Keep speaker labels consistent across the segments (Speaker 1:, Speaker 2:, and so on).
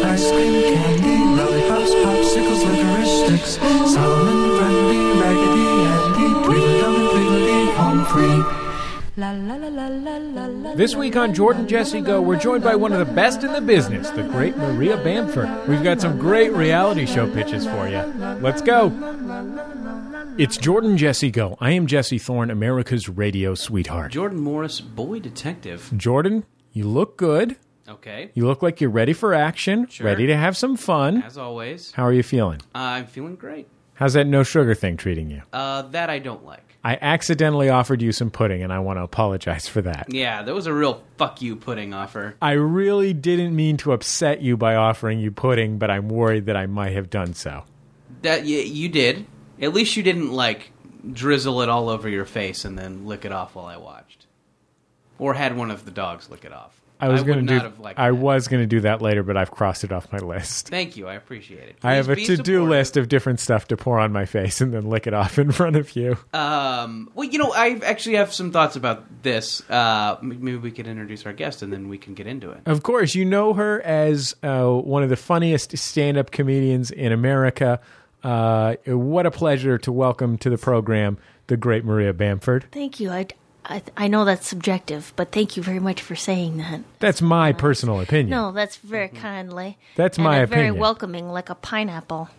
Speaker 1: ice cream, candy, lollipops, popsicles, licorice sticks, Solomon, Grundy, Raggedy Andy, Tweedledum and Tweedledee, home free.
Speaker 2: La la la la la la la.
Speaker 3: This week on Jordan Jesse Go, we're joined by one of the best in the business, the great Maria Bamford. We've got some great reality show pitches for you. Let's go. It's Jordan Jesse Go. I am Jesse Thorne, America's radio sweetheart.
Speaker 4: Jordan Morris, boy detective.
Speaker 3: Jordan, you look good.
Speaker 4: Okay,
Speaker 3: You look like you're ready for action,
Speaker 4: Sure.
Speaker 3: ready to have some fun.
Speaker 4: as always,
Speaker 3: How are you feeling?
Speaker 4: I'm feeling great.
Speaker 3: How's that no sugar thing treating you?
Speaker 4: Uh, that I don't like.
Speaker 3: I accidentally offered you some pudding, and I want to apologize for that.
Speaker 4: Yeah, that was a real fuck you pudding offer.
Speaker 3: I really didn't mean to upset you by offering you pudding, but I'm worried that I might have done so.
Speaker 4: That you, you did. At least you didn't like drizzle it all over your face and then lick it off while I watched, or had one of the dogs lick it off.
Speaker 3: I was
Speaker 4: would
Speaker 3: going to do.
Speaker 4: not have liked
Speaker 3: I
Speaker 4: that.
Speaker 3: was going to do that later, but I've crossed it off my list.
Speaker 4: Thank you. I appreciate it.
Speaker 3: I have a
Speaker 4: Please be
Speaker 3: to-do
Speaker 4: supportive.
Speaker 3: list of different stuff to pour on my face and then lick it off in front of you.
Speaker 4: Um, well, you know, I actually have some thoughts about this. Uh, m- maybe we could introduce our guest and then we can get into it.
Speaker 3: Of course, you know her as uh, one of the funniest stand up comedians in America. Uh, what a pleasure to welcome to the program the great Maria Bamford.
Speaker 5: Thank you. I, I, I know that's subjective, but thank you very much for saying that.
Speaker 3: That's my personal opinion.
Speaker 5: No, that's very kindly.
Speaker 3: Mm-hmm. That's
Speaker 5: and
Speaker 3: my
Speaker 5: a Very
Speaker 3: opinion.
Speaker 5: welcoming, like a pineapple.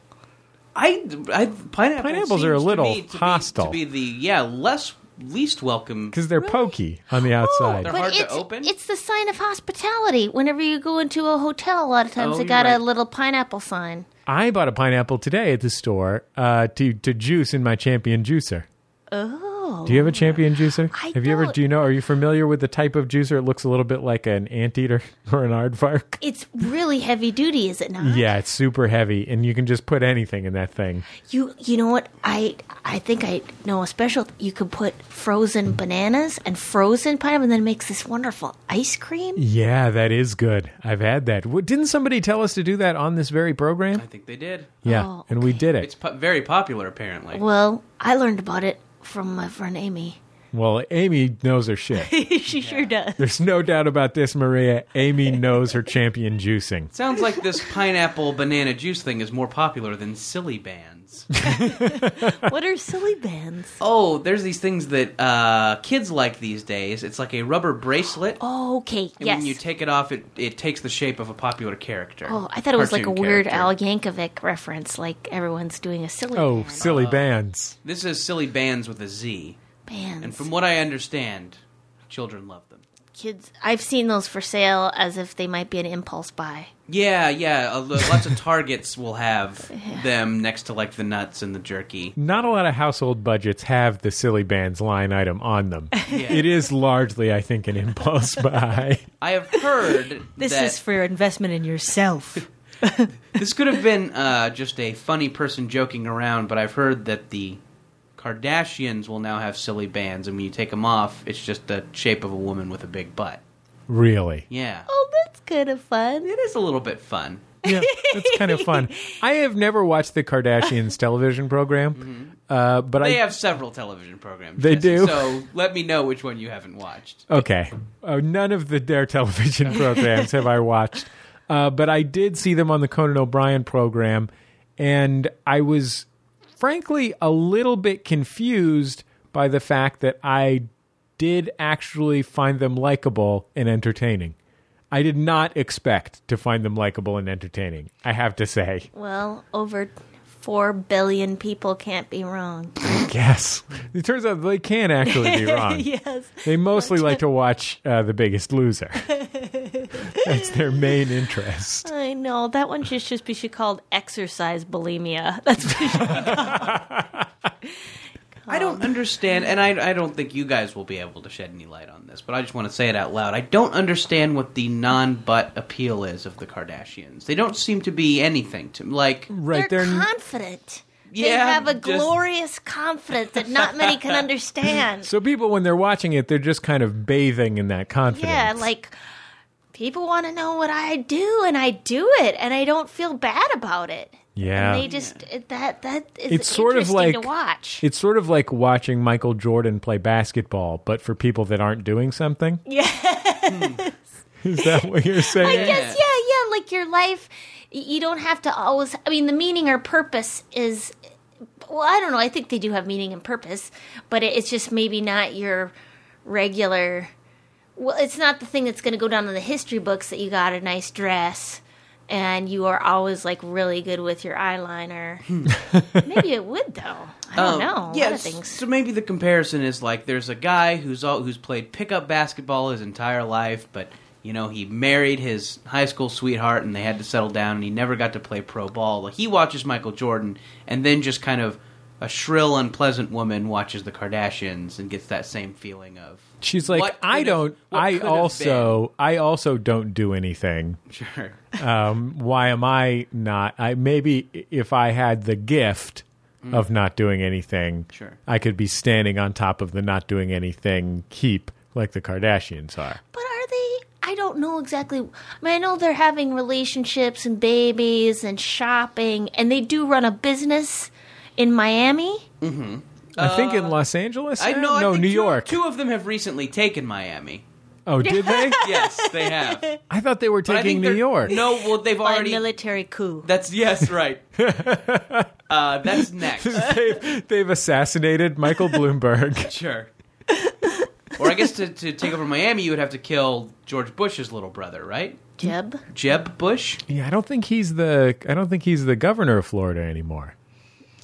Speaker 4: I, I pineapple
Speaker 3: Pineapples are a
Speaker 4: seems to
Speaker 3: little
Speaker 4: me to be-
Speaker 3: hostile.
Speaker 4: to be the yeah less least welcome.
Speaker 3: Because they're pokey on
Speaker 5: Oh,
Speaker 3: the outside.
Speaker 4: They're hard to
Speaker 5: it's,
Speaker 4: open?
Speaker 5: It's the sign of hospitality. Whenever you go into a hotel, a lot of times
Speaker 4: Oh,
Speaker 5: they got
Speaker 4: you're
Speaker 5: a
Speaker 4: right.
Speaker 5: little pineapple sign.
Speaker 3: I bought a pineapple today at the store uh, to to juice in my champion juicer.
Speaker 5: Oh.
Speaker 3: Do you have a champion juicer?
Speaker 5: I
Speaker 3: have you ever
Speaker 5: don't.
Speaker 3: do you know are you familiar with the type of juicer? It looks a little bit like an anteater or an aardvark.
Speaker 5: It's really heavy duty, is it not?
Speaker 3: Yeah, it's super heavy and you can just put anything in that thing.
Speaker 5: You you know what? I I think I know a special. You could put frozen bananas and frozen pineapple, and then it makes this wonderful ice cream.
Speaker 3: Yeah, that is good. I've had that. What, didn't somebody tell us to do that on this very program?
Speaker 4: I think they did.
Speaker 3: Yeah,
Speaker 5: Oh,
Speaker 3: and we did
Speaker 4: It's
Speaker 3: it.
Speaker 4: po- very popular apparently.
Speaker 5: Well, I learned about it from my friend Amy.
Speaker 3: Well, Amy knows her shit.
Speaker 5: she sure does.
Speaker 3: There's no doubt about this, Maria. Amy knows her champion juicing.
Speaker 4: Sounds like this pineapple banana juice thing is more popular than silly bands.
Speaker 5: what are silly bands?
Speaker 4: Oh, there's these things that uh, kids like these days. It's like a rubber bracelet.
Speaker 5: Oh, okay,
Speaker 4: And
Speaker 5: yes.
Speaker 4: when you take it off, it, it takes the shape of a popular character.
Speaker 5: oh, I thought it was like a
Speaker 4: Cartoon
Speaker 5: weird
Speaker 4: character.
Speaker 5: Al Yankovic reference, like everyone's doing a silly
Speaker 3: Oh,
Speaker 5: band.
Speaker 3: silly bands.
Speaker 4: This is silly bands with a Z,
Speaker 5: bands.
Speaker 4: and from what I understand, children love them.
Speaker 5: Kids, I've seen those for sale as if they might be an impulse buy.
Speaker 4: Yeah, yeah. a lo- Lots of Targets will have them next to like the nuts and the jerky.
Speaker 3: not a lot of household budgets have the silly bands line item on them. It is largely, I think, an impulse buy.
Speaker 4: I have heard
Speaker 6: This
Speaker 4: that
Speaker 6: is for your investment in yourself.
Speaker 4: this could have been uh, just a funny person joking around, but I've heard that the Kardashians will now have silly bands, and when you take them off, it's just the shape of a woman with a big butt.
Speaker 3: Really,
Speaker 4: Yeah,
Speaker 5: Oh, that's kind of fun.
Speaker 4: it is a little bit fun.
Speaker 3: yeah, that's kind of fun. I have never watched the Kardashians television program, uh, but I
Speaker 4: They have several television programs.
Speaker 3: They
Speaker 4: Jesse,
Speaker 3: do.
Speaker 4: So let me know which one you haven't watched.
Speaker 3: Okay. Oh, none of the their television programs have I watched, uh, but I did see them on the Conan O'Brien program, and I was frankly a little bit confused by the fact that I did actually find them likable and entertaining. I did not expect to find them likable and entertaining. I have to say,
Speaker 5: Well, over four billion people can't be wrong.
Speaker 3: yes. It turns out they can actually be wrong.
Speaker 6: yes.
Speaker 3: They mostly like to watch uh, The Biggest Loser. That's their main interest.
Speaker 5: I know that one should just be should called exercise bulimia. That's what it should
Speaker 4: I don't understand, and I, I don't think you guys will be able to shed any light on this, but I just want to say it out loud. I don't understand what the non butt appeal is of the Kardashians. They don't seem to be anything to like.
Speaker 3: Right,
Speaker 5: they're
Speaker 3: they're
Speaker 5: confident. they
Speaker 4: Yeah,
Speaker 5: have a
Speaker 4: just-
Speaker 5: glorious confidence that not many can understand.
Speaker 3: So people, when they're watching it, they're just kind of bathing in that confidence.
Speaker 5: yeah, like people want to know what I do, and I do it, and I don't feel bad about it.
Speaker 3: Yeah.
Speaker 5: and they just it- that that is
Speaker 3: It's sort of
Speaker 5: interesting
Speaker 3: like-
Speaker 5: to watch.
Speaker 3: it's sort of like watching Michael Jordan play basketball, but for people that aren't doing something. Yeah. Is that what you're saying?
Speaker 5: Yes, yeah, yeah. Like your life, y- you don't have to always. I mean, the meaning or purpose is. Well, I don't know. I think they do have meaning and purpose, but it, it's just maybe not your regular. Well, it's not the thing that's going to go down in the history books that you got a nice dress and you are always like really good with your eyeliner. maybe it would though. I don't know. Oh, A lot of
Speaker 4: Um, Yes.
Speaker 5: things.
Speaker 4: Oh, So maybe the comparison is like there's a guy who's all, who's played pickup basketball his entire life, but you know he married his high school sweetheart and they had to settle down, and he never got to play pro ball. Well, he watches Michael Jordan, and then just kind of a shrill, unpleasant woman watches the Kardashians and gets that same feeling of
Speaker 3: She's like,
Speaker 4: What
Speaker 3: I
Speaker 4: could've-
Speaker 3: don't.
Speaker 4: what
Speaker 3: I
Speaker 4: could've
Speaker 3: also. I also don't do anything. Um,
Speaker 4: sure.
Speaker 3: Why am I not? I maybe if I had the gift of not doing anything,
Speaker 4: Mm. Sure.
Speaker 3: I could be standing on top of the not doing anything heap like the Kardashians are.
Speaker 5: But are they? I don't know exactly. I mean, I know they're having relationships and babies and shopping, and they do run a business in Miami.
Speaker 3: I think in Los Angeles.
Speaker 4: Uh, I
Speaker 3: now?
Speaker 4: know. I
Speaker 3: No,
Speaker 4: think
Speaker 3: New
Speaker 4: two-
Speaker 3: York.
Speaker 4: Two of them have recently taken Miami.
Speaker 3: Oh, did they?
Speaker 4: Yes, they have. But
Speaker 3: I thought they were
Speaker 4: I
Speaker 3: taking
Speaker 4: think
Speaker 3: New
Speaker 4: they're-
Speaker 3: York.
Speaker 4: No, well, they've
Speaker 6: by
Speaker 4: already.
Speaker 6: military coup.
Speaker 4: That's yes, right. uh, that's next.
Speaker 3: they've, they've assassinated Michael Bloomberg.
Speaker 4: Sure. or I guess to, to take over Miami, you would have to kill George Bush's little brother, right?
Speaker 5: Jeb,
Speaker 4: Jeb Bush.
Speaker 3: yeah, I don't think he's the. I don't think he's the governor of Florida anymore.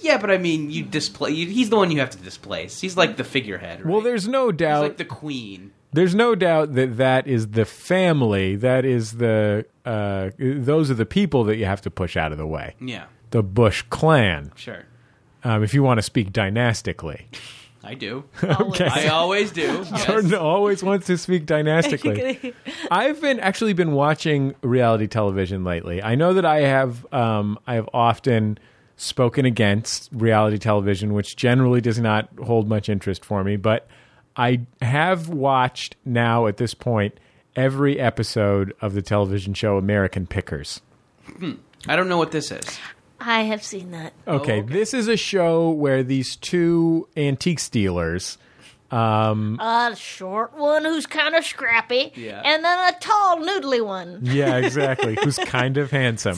Speaker 4: Yeah, but I mean, you display. You, he's the one you have to displace. He's like the figurehead. Right?
Speaker 3: Well, there's no
Speaker 4: he's
Speaker 3: doubt.
Speaker 4: like the queen.
Speaker 3: There's no doubt that that is the family. That is the uh, those are the people that you have to push out of the way.
Speaker 4: Yeah,
Speaker 3: The Bush clan,
Speaker 4: sure.
Speaker 3: um, if you want to speak dynastically.
Speaker 4: I do.
Speaker 3: Okay,
Speaker 4: I always do.
Speaker 3: Jordan
Speaker 4: yes.
Speaker 3: always wants to speak dynastically. I've been actually been watching reality television lately. I know that I have um, I have often spoken against reality television, which generally does not hold much interest for me, but I have watched now at this point every episode of the television show American Pickers.
Speaker 4: I don't know what this is.
Speaker 5: I have seen that.
Speaker 3: Okay,
Speaker 4: Oh, okay.
Speaker 3: this is a show where these two antique stealers
Speaker 5: A short one who's kind of scrappy,
Speaker 4: Yeah.
Speaker 5: and then a tall, noodly one.
Speaker 3: Yeah, exactly. Who's kind of handsome.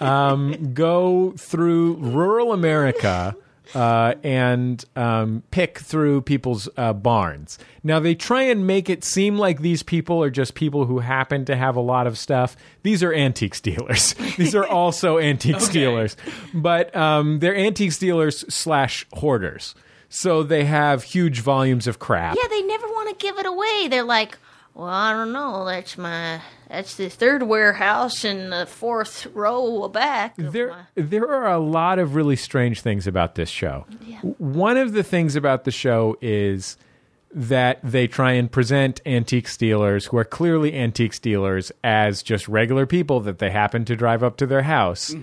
Speaker 3: um, go through rural America uh, and um, pick through people's uh, barns. Now, they try and make it seem like these people are just people who happen to have a lot of stuff. These are antique dealers. These are also antique dealers. But um, they're antique dealers slash hoarders. So they have huge volumes of crap.
Speaker 5: Yeah, they never want to give it away. They're like, well, I don't know. That's my. That's the third warehouse and the fourth row back. of my-
Speaker 3: there there are a lot of really strange things about this show. One of the things about the show is that they try and present antique stealers who are clearly antique stealers as just regular people that they happen to drive up to their house.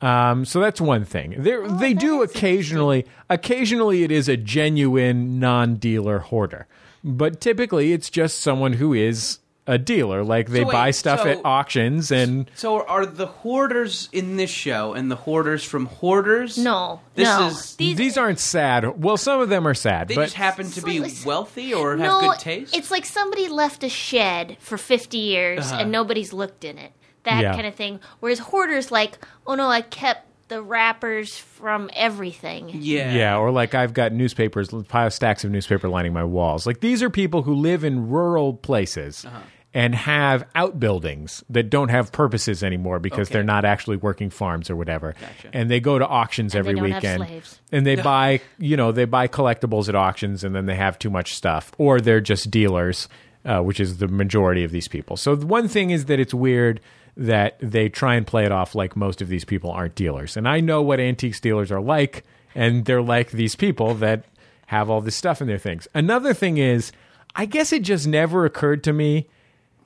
Speaker 3: Um, so that's one thing. They're, they do occasionally. Occasionally, it is a genuine non-dealer hoarder, but typically, it's just someone who is a dealer. Like they
Speaker 4: So wait,
Speaker 3: buy stuff
Speaker 4: so-
Speaker 3: at auctions and
Speaker 4: So are the hoarders in this show and the hoarders from hoarders?
Speaker 5: No,
Speaker 4: This
Speaker 5: no.
Speaker 4: is.
Speaker 5: These-
Speaker 3: These, aren't sad. Well, some of them are sad,
Speaker 4: They
Speaker 3: but
Speaker 4: just happen to be
Speaker 5: Slightly s-
Speaker 4: wealthy or have good taste.
Speaker 5: It's like somebody left a shed for 50 years
Speaker 4: Uh-huh.
Speaker 5: and nobody's looked in it. That
Speaker 3: Yeah.
Speaker 5: kind of thing. Whereas hoarders like, oh no, I kept the wrappers from everything.
Speaker 4: yeah.
Speaker 3: yeah, or like I've got newspapers, pile stacks of newspaper lining my walls. Like these are people who live in rural places
Speaker 4: Uh-huh.
Speaker 3: and have outbuildings that don't have purposes anymore because
Speaker 4: Okay.
Speaker 3: they're not actually working farms or whatever. And they go to auctions
Speaker 5: And they
Speaker 3: every
Speaker 5: don't have
Speaker 3: weekend.
Speaker 5: slaves.
Speaker 3: And they buy, you know, they buy collectibles at auctions and then they have too much stuff or they're just dealers, uh, which is the majority of these people. So the one thing is that it's weird that they try and play it off like most of these people aren't dealers. And I know what antique dealers are like and they're like these people that have all this stuff in their things. Another thing is I guess it just never occurred to me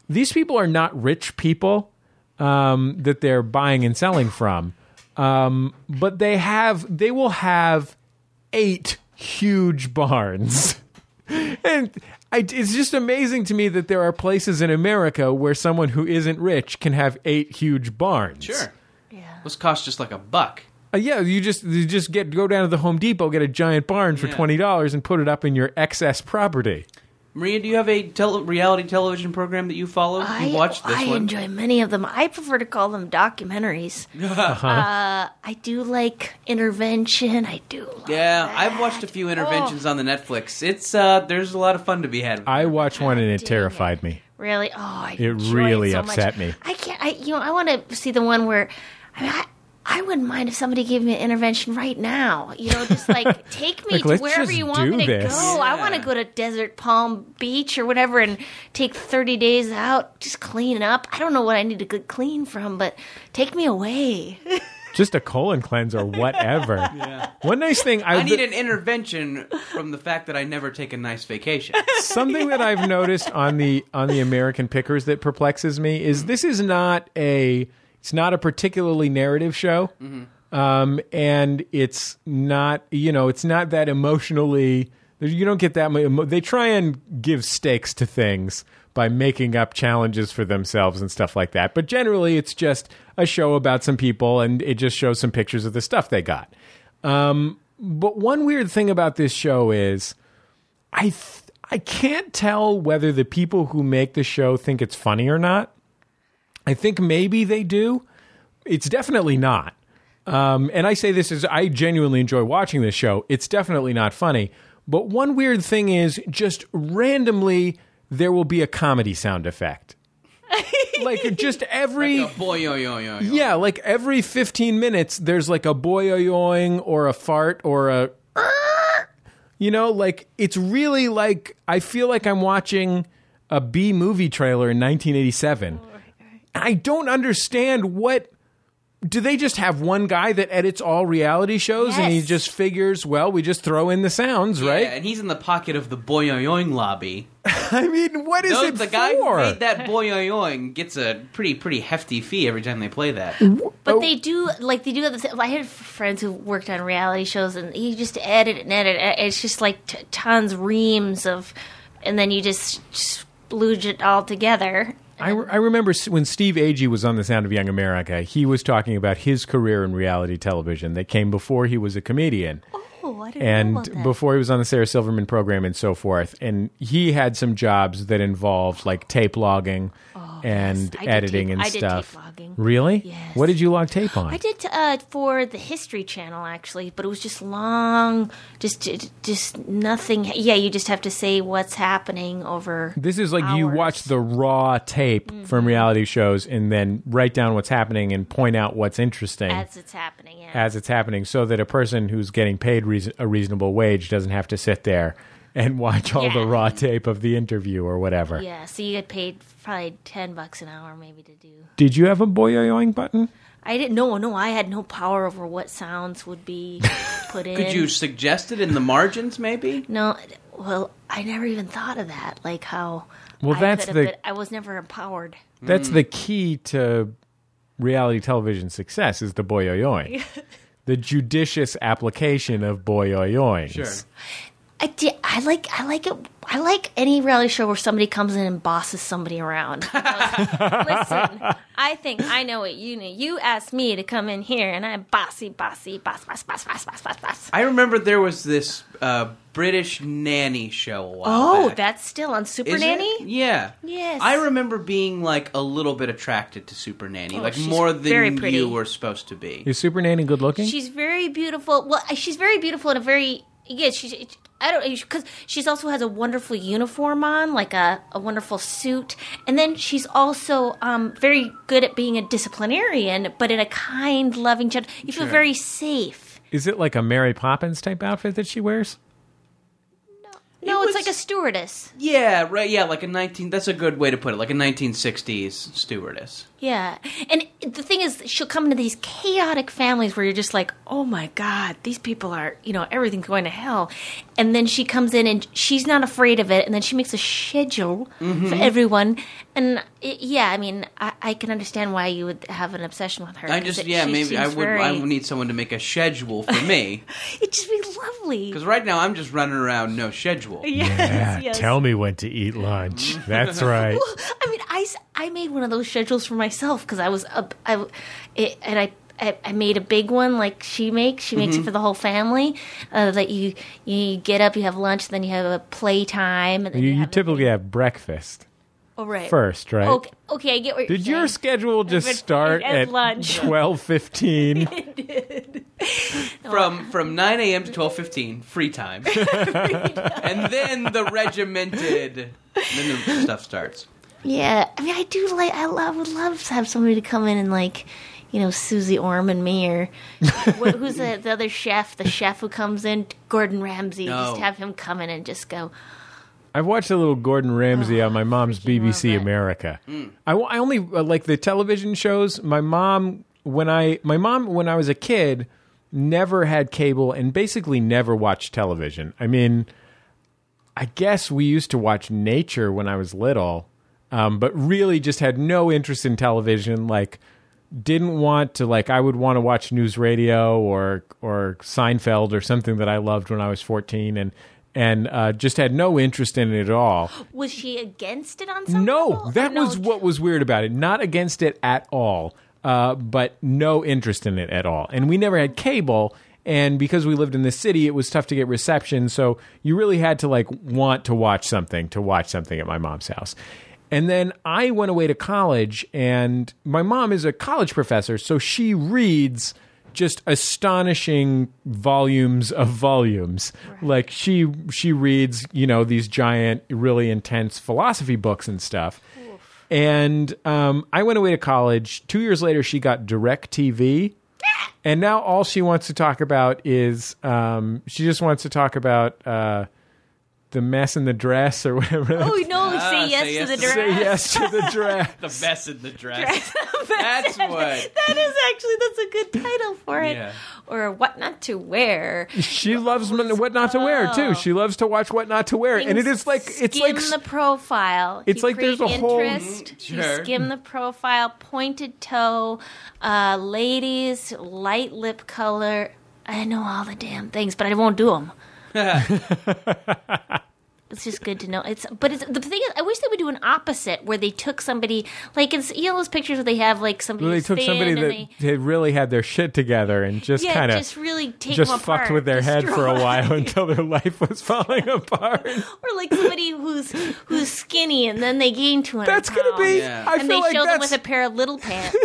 Speaker 3: these people are not rich people um, that they're buying and selling from. Um, but they have they will have eight huge barns. and I, it's just amazing to me that there are places in America where someone who isn't rich can have eight huge barns.
Speaker 4: Sure.
Speaker 5: Yeah.
Speaker 4: Those cost just like a buck.
Speaker 3: Uh, yeah, you just you just get go down to the Home Depot, get a giant barn for
Speaker 4: Yeah.
Speaker 3: twenty dollars, and put it up in your excess property.
Speaker 4: Maria, do you have a tele- reality television program that you follow?
Speaker 5: I,
Speaker 4: you watch this
Speaker 5: I
Speaker 4: one.
Speaker 5: enjoy many of them. I prefer to call them documentaries. uh
Speaker 4: Uh-huh.
Speaker 5: I do like intervention. I do. Love
Speaker 4: yeah,
Speaker 5: that. Oh.
Speaker 4: I've watched a few interventions on the Netflix. It's uh, there's a lot of fun to be had.
Speaker 3: I watched one and it
Speaker 5: Dang
Speaker 3: terrified me.
Speaker 5: Really? Oh, I
Speaker 3: It
Speaker 5: enjoy
Speaker 3: really
Speaker 5: so
Speaker 3: upset
Speaker 5: much.
Speaker 3: me.
Speaker 5: I can't. I you know I want to see the one where I, mean, I I wouldn't mind if somebody gave me an intervention right now. You know, just like take me
Speaker 3: Like,
Speaker 5: to
Speaker 3: let's
Speaker 5: wherever
Speaker 3: just
Speaker 5: you want
Speaker 3: do
Speaker 5: me to
Speaker 3: this.
Speaker 5: go. I want to
Speaker 4: Yeah.
Speaker 5: go to Desert Palm Beach or whatever and take thirty days out, just clean up. I don't know what I need to get clean from, but take me away.
Speaker 3: Just a colon cleanser, whatever. One nice thing I,
Speaker 4: I need an intervention from the fact that I never take a nice vacation.
Speaker 3: something that I've noticed on the on the American Pickers that perplexes me is this is not a it's not a particularly narrative show, um, and it's not you know it's not that emotionally you don't get that much. Emo- they try and give stakes to things by making up challenges for themselves and stuff like that, but generally it's just a show about some people and it just shows some pictures of the stuff they got. Um, but one weird thing about this show is. I th- I can't tell whether the people who make the show think it's funny or not. I think maybe they do. It's definitely not. Um, and I say this as I genuinely enjoy watching this show. It's definitely not funny. But one weird thing is just randomly there will be a comedy sound effect. like just every
Speaker 4: Like a boy, yo, yo, yo, yo.
Speaker 3: yeah, like every 15 minutes, there's like a boyoing or a fart or a. You know, like it's really like I feel like I'm watching a B movie trailer in 1987. I don't understand what. Do they just have one guy that edits all reality shows and he
Speaker 5: Yes.
Speaker 3: just figures, well, we just throw in the sounds,
Speaker 4: Yeah,
Speaker 3: right?
Speaker 4: and he's in the pocket of the boyoyoing lobby.
Speaker 3: I mean, what is
Speaker 4: Those-
Speaker 3: it
Speaker 4: the guy
Speaker 3: for?
Speaker 4: who made that boyoyoing gets a pretty pretty hefty fee every time they play that.
Speaker 5: But
Speaker 3: Oh.
Speaker 5: they do like they do have this. I had friends who worked on reality shows, and you just edit and edit. It's just like t- tons reams of, and then you just splooge it all together.
Speaker 3: I, I remember s- when Steve Agee was on The Sound of Young America, he was talking about his career in reality television that came before he was a comedian
Speaker 5: Oh, I didn't know
Speaker 3: and
Speaker 5: about that.
Speaker 3: before he was on the Sarah Silverman program and so forth. And he had some jobs that involved like tape logging and
Speaker 5: Oh, I did
Speaker 3: editing
Speaker 5: tape-
Speaker 3: and
Speaker 5: I did tape
Speaker 3: stuff.
Speaker 5: logging.
Speaker 3: Really?
Speaker 5: Yes.
Speaker 3: What did you log tape on?
Speaker 5: I did uh, for the History Channel actually, but it was just long, just just nothing. Yeah, you just have to say what's happening over.
Speaker 3: This is like you
Speaker 5: hours. Mm-hmm.
Speaker 3: watch the raw tape from reality shows and then write down what's happening and point out what's interesting.
Speaker 5: as it's happening. Yeah.
Speaker 3: as it's happening so that a person who's getting paid reason- a reasonable wage doesn't have to sit there and watch all the
Speaker 5: Yeah.
Speaker 3: raw tape of the interview or whatever.
Speaker 5: yeah, so you get paid probably ten bucks an hour maybe to do.
Speaker 3: Did you have a boyoing button?
Speaker 5: I didn't. No, no, I had no power over what sounds would be put in.
Speaker 4: Could you suggest it in the margins, maybe?
Speaker 5: No. Well, I never even thought of that. Like how.
Speaker 3: Well,
Speaker 5: I
Speaker 3: that's
Speaker 5: could
Speaker 3: the-
Speaker 5: have Mm. been, I was never empowered.
Speaker 3: That's the key to reality television success is the boyoing. the judicious application of boyoing.
Speaker 4: Sure.
Speaker 5: I did. I like. I like it. I like any reality show where somebody comes in and bosses somebody around. Listen, I think I know what you need. You asked me to come in here, and I'm bossy, bossy, boss, boss, boss, boss, boss, boss, boss.
Speaker 4: I remember there was this uh, British nanny show. A while
Speaker 5: Oh,
Speaker 4: back.
Speaker 5: that's still on Super
Speaker 4: Is it?
Speaker 5: Nanny.
Speaker 4: Yeah.
Speaker 5: Yes.
Speaker 4: I remember being like a little bit attracted to Super Nanny, like
Speaker 5: Oh, she's
Speaker 4: more than
Speaker 5: very pretty.
Speaker 4: you were supposed to be.
Speaker 3: Is Super Nanny good looking?
Speaker 5: She's very beautiful. Well, she's very beautiful and a very yeah. She I don't because she's also has a wonderful uniform on, like a, a wonderful suit, and then she's also um, very good at being a disciplinarian, but in a kind, loving gentle. You feel very safe.
Speaker 3: is it like a Mary Poppins type outfit that she wears?
Speaker 5: No, it's like a stewardess.
Speaker 4: Yeah, right. Yeah, like a nineteen. That's a good way to put it. Like a nineteen sixties stewardess.
Speaker 5: Yeah. And the thing is, she'll come into these chaotic families where you're just like, oh my God, these people are, you know, everything's going to hell. And then she comes in and she's not afraid of it. And then she makes a schedule
Speaker 4: Mm-hmm.
Speaker 5: for everyone. And it, yeah, I mean, I, I can understand why you would have an obsession with her.
Speaker 4: I
Speaker 5: 'cause
Speaker 4: just
Speaker 5: it-
Speaker 4: yeah
Speaker 5: she
Speaker 4: maybe I
Speaker 5: seems
Speaker 4: would I
Speaker 5: very-
Speaker 4: would need someone to make a schedule for me
Speaker 5: It'd just be lovely.
Speaker 4: because right now I'm just running around no schedule.
Speaker 3: Yeah,
Speaker 6: Yes, yes.
Speaker 3: Tell me when to eat lunch. That's right.
Speaker 5: I mean, I, s- I made one of those schedules for myself because I was up, I, it, and I, I I made a big one like she makes. She
Speaker 3: Mm-hmm.
Speaker 5: makes it for the whole family. Uh, that you you get up, you have lunch, then you have a play time. And then
Speaker 3: You, you
Speaker 5: have
Speaker 3: typically have breakfast
Speaker 5: oh, right.
Speaker 3: first, right?
Speaker 5: Okay, okay, I get what you're
Speaker 3: Did your
Speaker 5: saying.
Speaker 3: schedule
Speaker 6: At-
Speaker 3: just start
Speaker 6: at
Speaker 3: at
Speaker 6: lunch.
Speaker 3: twelve fifteen?
Speaker 4: From from nine a.m. to twelve fifteen, free time, and then the regimented. Then the stuff starts.
Speaker 5: Yeah, I mean, I do like. I love would love to have somebody to come in and like. You know Susie Orm and me, or wh- who's the, the other chef? The chef who comes in, Gordon Ramsay.
Speaker 4: No.
Speaker 5: Just have him come in and just go.
Speaker 3: I've watched a little Gordon Ramsay on my mom's
Speaker 5: freaking love
Speaker 3: BBC
Speaker 5: it.
Speaker 3: America. I, I only uh, like the television shows. My mom when I my mom when I was a kid never had cable and basically never watched television. I mean, I guess we used to watch nature when I was little, um, but really just had no interest in television. Like, didn't want to like I would want to watch news radio or or Seinfeld or something that I loved when I was fourteen, and and uh, just had no interest in it at all.
Speaker 5: Was she against it on some level?
Speaker 3: No,
Speaker 5: Or
Speaker 3: that
Speaker 5: no,
Speaker 3: was what was weird about it. Not against it at all, uh, but no interest in it at all. And we never had cable. And because we lived in the city, it was tough to get reception. So you really had to like want to watch something to watch something at my mom's house. And then I went away to college, and my mom is a college professor, so she reads just astonishing volumes of volumes. Like she she reads, you know, these giant, really intense philosophy books and stuff. And um, I went away to college. Two years later, she got Direct TV, and now all she wants to talk about is um, she just wants to talk about uh, the mess in the dress or whatever.
Speaker 5: Oh no! say yes
Speaker 4: Ah, say
Speaker 5: to
Speaker 4: yes
Speaker 5: the
Speaker 4: to the-
Speaker 5: dress.
Speaker 3: Say yes to the dress.
Speaker 4: The mess in the dress. That's what.
Speaker 5: That is actually that's a good title for it.
Speaker 4: Yeah.
Speaker 5: Or what not to wear.
Speaker 3: She loves mon- what not to wear too. She loves to watch what not to wear, and it is like it's
Speaker 5: skim
Speaker 3: like s-
Speaker 5: the profile.
Speaker 3: it's
Speaker 5: You
Speaker 3: like there's
Speaker 5: create
Speaker 3: a whole-
Speaker 5: interest. You
Speaker 4: Sure.
Speaker 5: skim the profile. Pointed toe, uh, ladies, light lip color. I know all the damn things, but I won't do them. It's just good to know. It's but it's, the thing is, I wish they would do an opposite where they took somebody like it's you know those pictures where they have like somebody.
Speaker 3: they
Speaker 5: who's
Speaker 3: took
Speaker 5: thin
Speaker 3: somebody
Speaker 5: and
Speaker 3: that
Speaker 5: they,
Speaker 3: had really had their shit together and just
Speaker 5: yeah,
Speaker 3: kind of
Speaker 5: just really take
Speaker 3: just
Speaker 5: them
Speaker 3: fucked
Speaker 5: apart,
Speaker 3: with their head for a
Speaker 5: destroy-
Speaker 3: while until their life was falling apart.
Speaker 5: or like somebody who's who's skinny and then they gain 200
Speaker 3: That's gonna be.
Speaker 5: pounds.
Speaker 4: Yeah.
Speaker 3: I
Speaker 5: and they
Speaker 3: feel like
Speaker 5: show them
Speaker 3: that's
Speaker 5: with a pair of little pants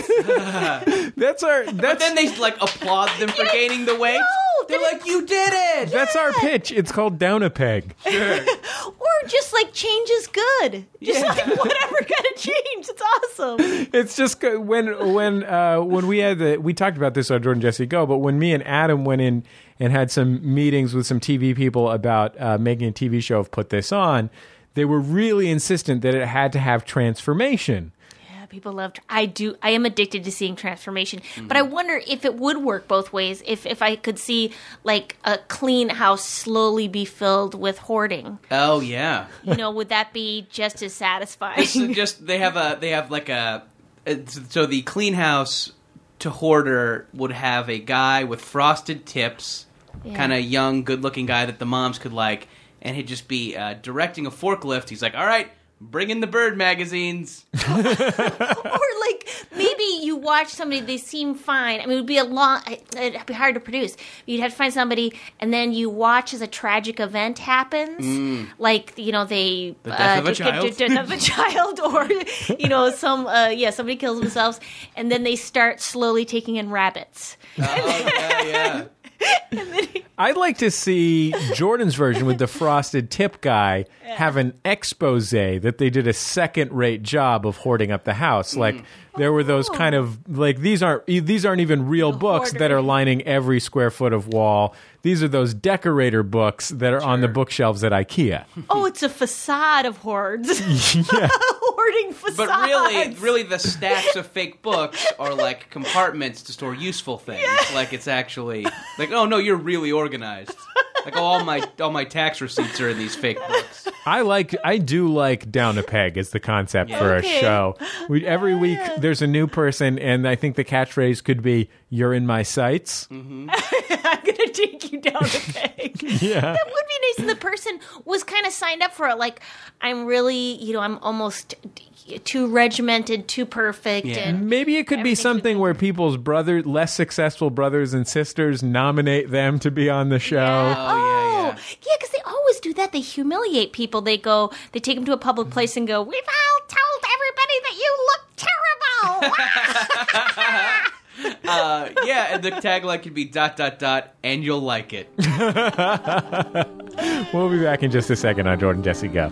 Speaker 3: that's our
Speaker 4: But
Speaker 3: that's
Speaker 4: then they like applaud them for gaining the weight.
Speaker 5: No,
Speaker 4: They're
Speaker 5: that
Speaker 4: like, "You did it!"
Speaker 3: that's our pitch. It's called down a peg.
Speaker 5: or just like change is good just like whatever kind of change it's awesome
Speaker 3: It's just go- when when uh, when we had the we talked about this on Jordan Jesse Go, but when me and Adam went in and had some meetings with some TV people about uh, making a TV show of Put This On, they were really insistent that it had to have transformation.
Speaker 5: yeah people love tr- i do i am addicted to seeing transformation but i
Speaker 3: Mm-hmm.
Speaker 5: wonder if it would work both ways if if i could see like a clean house slowly be filled with hoarding
Speaker 4: Oh yeah.
Speaker 5: you know would that be just as satisfying
Speaker 4: So just they have a they have like a it's- so the clean house to hoarder would have a guy with frosted tips, kind of young, good looking guy that the moms could like, and he'd just be uh, directing a forklift. He's like, "All right, bring in the bird magazines."
Speaker 5: or like maybe you watch somebody they seem fine i mean it would be a long it'd be hard to produce you'd have to find somebody and then you watch as a tragic event happens like you know they the
Speaker 4: Mm. death of a child.
Speaker 5: death of a child or you know some uh, yeah somebody kills themselves and then they start slowly taking in rabbits
Speaker 4: oh yeah, yeah.
Speaker 3: I'd like to see Jordan's version with the frosted tip guy have an expose that they did a second rate job of hoarding up the house. Like there were those kind of like these aren't these aren't e, even real books that
Speaker 5: hoarder.
Speaker 3: are lining every square foot of wall. These are those decorator books that are on the bookshelves at IKEA.
Speaker 6: Oh, it's a facade of hordes. Hoarding facades.
Speaker 4: But really, really, the stacks of fake books are like compartments to store useful things. Like it's actually like, oh no, you're really organized. Like all my all my tax receipts are in these fake books.
Speaker 3: I like I do like down a peg as the concept
Speaker 4: Yeah.
Speaker 3: for
Speaker 6: Okay.
Speaker 3: a show. We, every week there's a new person, and I think the catchphrase could be "You're in my sights."
Speaker 6: I'm gonna take you down a peg.
Speaker 3: Yeah,
Speaker 5: It would be nice if the person was kind of signed up for it. Like, I'm really, you know, I'm almost t- too regimented, too perfect.
Speaker 4: Yeah.
Speaker 5: And
Speaker 3: maybe it could be
Speaker 5: Everything could
Speaker 3: something
Speaker 5: be-
Speaker 3: where people's brother, less successful brothers and sisters, nominate them to be on the show.
Speaker 4: Oh, yeah, yeah.
Speaker 5: because they always do that. They humiliate people. They go, they take them to a public place and go, We've all told everybody that you look terrible.
Speaker 4: Uh, yeah, and the tagline could be dot dot dot, and you'll like it.
Speaker 3: We'll be back in just a second on Jordan Jesse Go.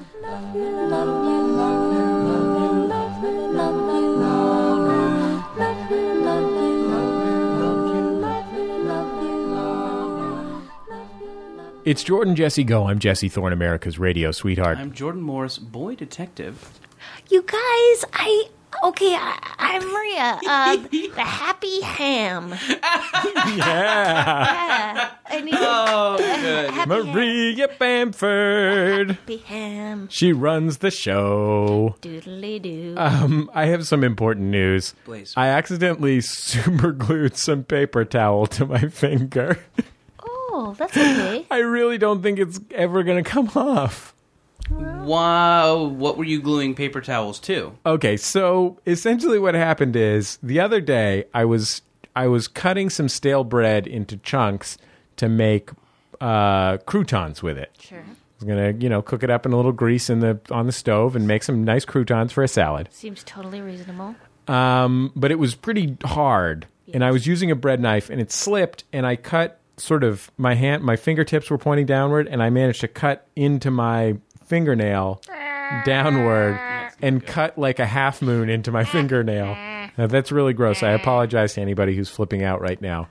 Speaker 3: It's Jordan Jesse Go. I'm Jesse Thorne, America's radio sweetheart.
Speaker 4: I'm Jordan Morris, boy detective.
Speaker 5: you guys, I. Okay, I, I'm Maria, uh, the happy ham.
Speaker 3: yeah,
Speaker 5: Yeah, I need
Speaker 4: Oh, good.
Speaker 5: happy
Speaker 3: Maria Bamford.
Speaker 5: Happy ham.
Speaker 3: She runs the show.
Speaker 5: Doodly doo.
Speaker 3: Um, I have some important news.
Speaker 4: Please.
Speaker 3: I accidentally super glued some paper towel to my finger.
Speaker 5: oh, that's okay.
Speaker 3: I really don't think it's ever going to come off.
Speaker 4: Wow, what were you gluing paper towels to?
Speaker 3: Okay, so essentially what happened is the other day I was I was cutting some stale bread into chunks to make uh, croutons with it. Sure. I was gonna, you know, cook it up in a little grease in the on the stove and make some nice croutons for a salad.
Speaker 5: Seems totally reasonable.
Speaker 3: Um, but it was pretty hard, and I was using a bread knife, and it slipped, and I cut sort of my hand, my fingertips were pointing downward, and I managed to cut into my fingernail downward and cut like a half moon into my fingernail. Now, that's really gross. I apologize to anybody who's flipping out right now.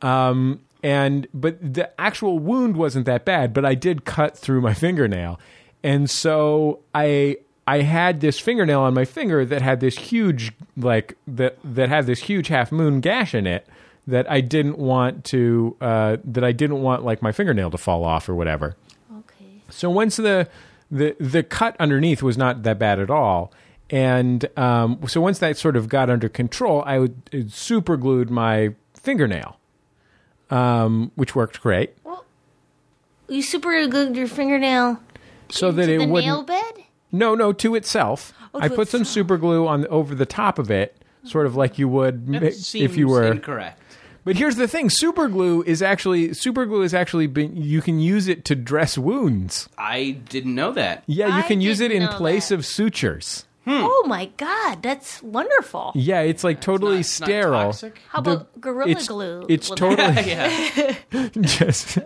Speaker 3: Um, and but the actual wound wasn't that bad, but I did cut through my fingernail, and so I I had this fingernail on my finger that had this huge like that that had this huge half moon gash in it that I didn't want to uh, that I didn't want like my fingernail to fall off or whatever.
Speaker 5: Okay.
Speaker 3: So once the the the cut underneath was not that bad at all, and um, so once that sort of got under control, I would it super glued my fingernail, um, which worked great,
Speaker 5: You super glued your fingernail
Speaker 3: so that
Speaker 5: to
Speaker 3: it
Speaker 5: the
Speaker 3: wouldn't.
Speaker 5: nail Oh, bed?
Speaker 3: No, no, to itself. I
Speaker 6: to
Speaker 3: put some super glue on over the top of it, sort of like you would
Speaker 4: That
Speaker 3: mi-
Speaker 4: seems
Speaker 3: if you were.
Speaker 4: incorrect.
Speaker 3: But here's the thing: super glue is actually super glue is actually been, you can use it to dress wounds.
Speaker 4: I didn't know that.
Speaker 3: Yeah, you
Speaker 5: I
Speaker 3: can use it
Speaker 5: didn't
Speaker 3: in
Speaker 5: know
Speaker 3: place
Speaker 5: that.
Speaker 3: of sutures.
Speaker 5: Oh my god, that's wonderful.
Speaker 3: Yeah, it's like totally
Speaker 4: It's not
Speaker 3: sterile.
Speaker 4: toxic.
Speaker 5: How
Speaker 3: the-
Speaker 5: about gorilla
Speaker 3: it's-
Speaker 5: glue?
Speaker 3: It's
Speaker 5: Will
Speaker 3: totally
Speaker 4: Yeah,
Speaker 3: just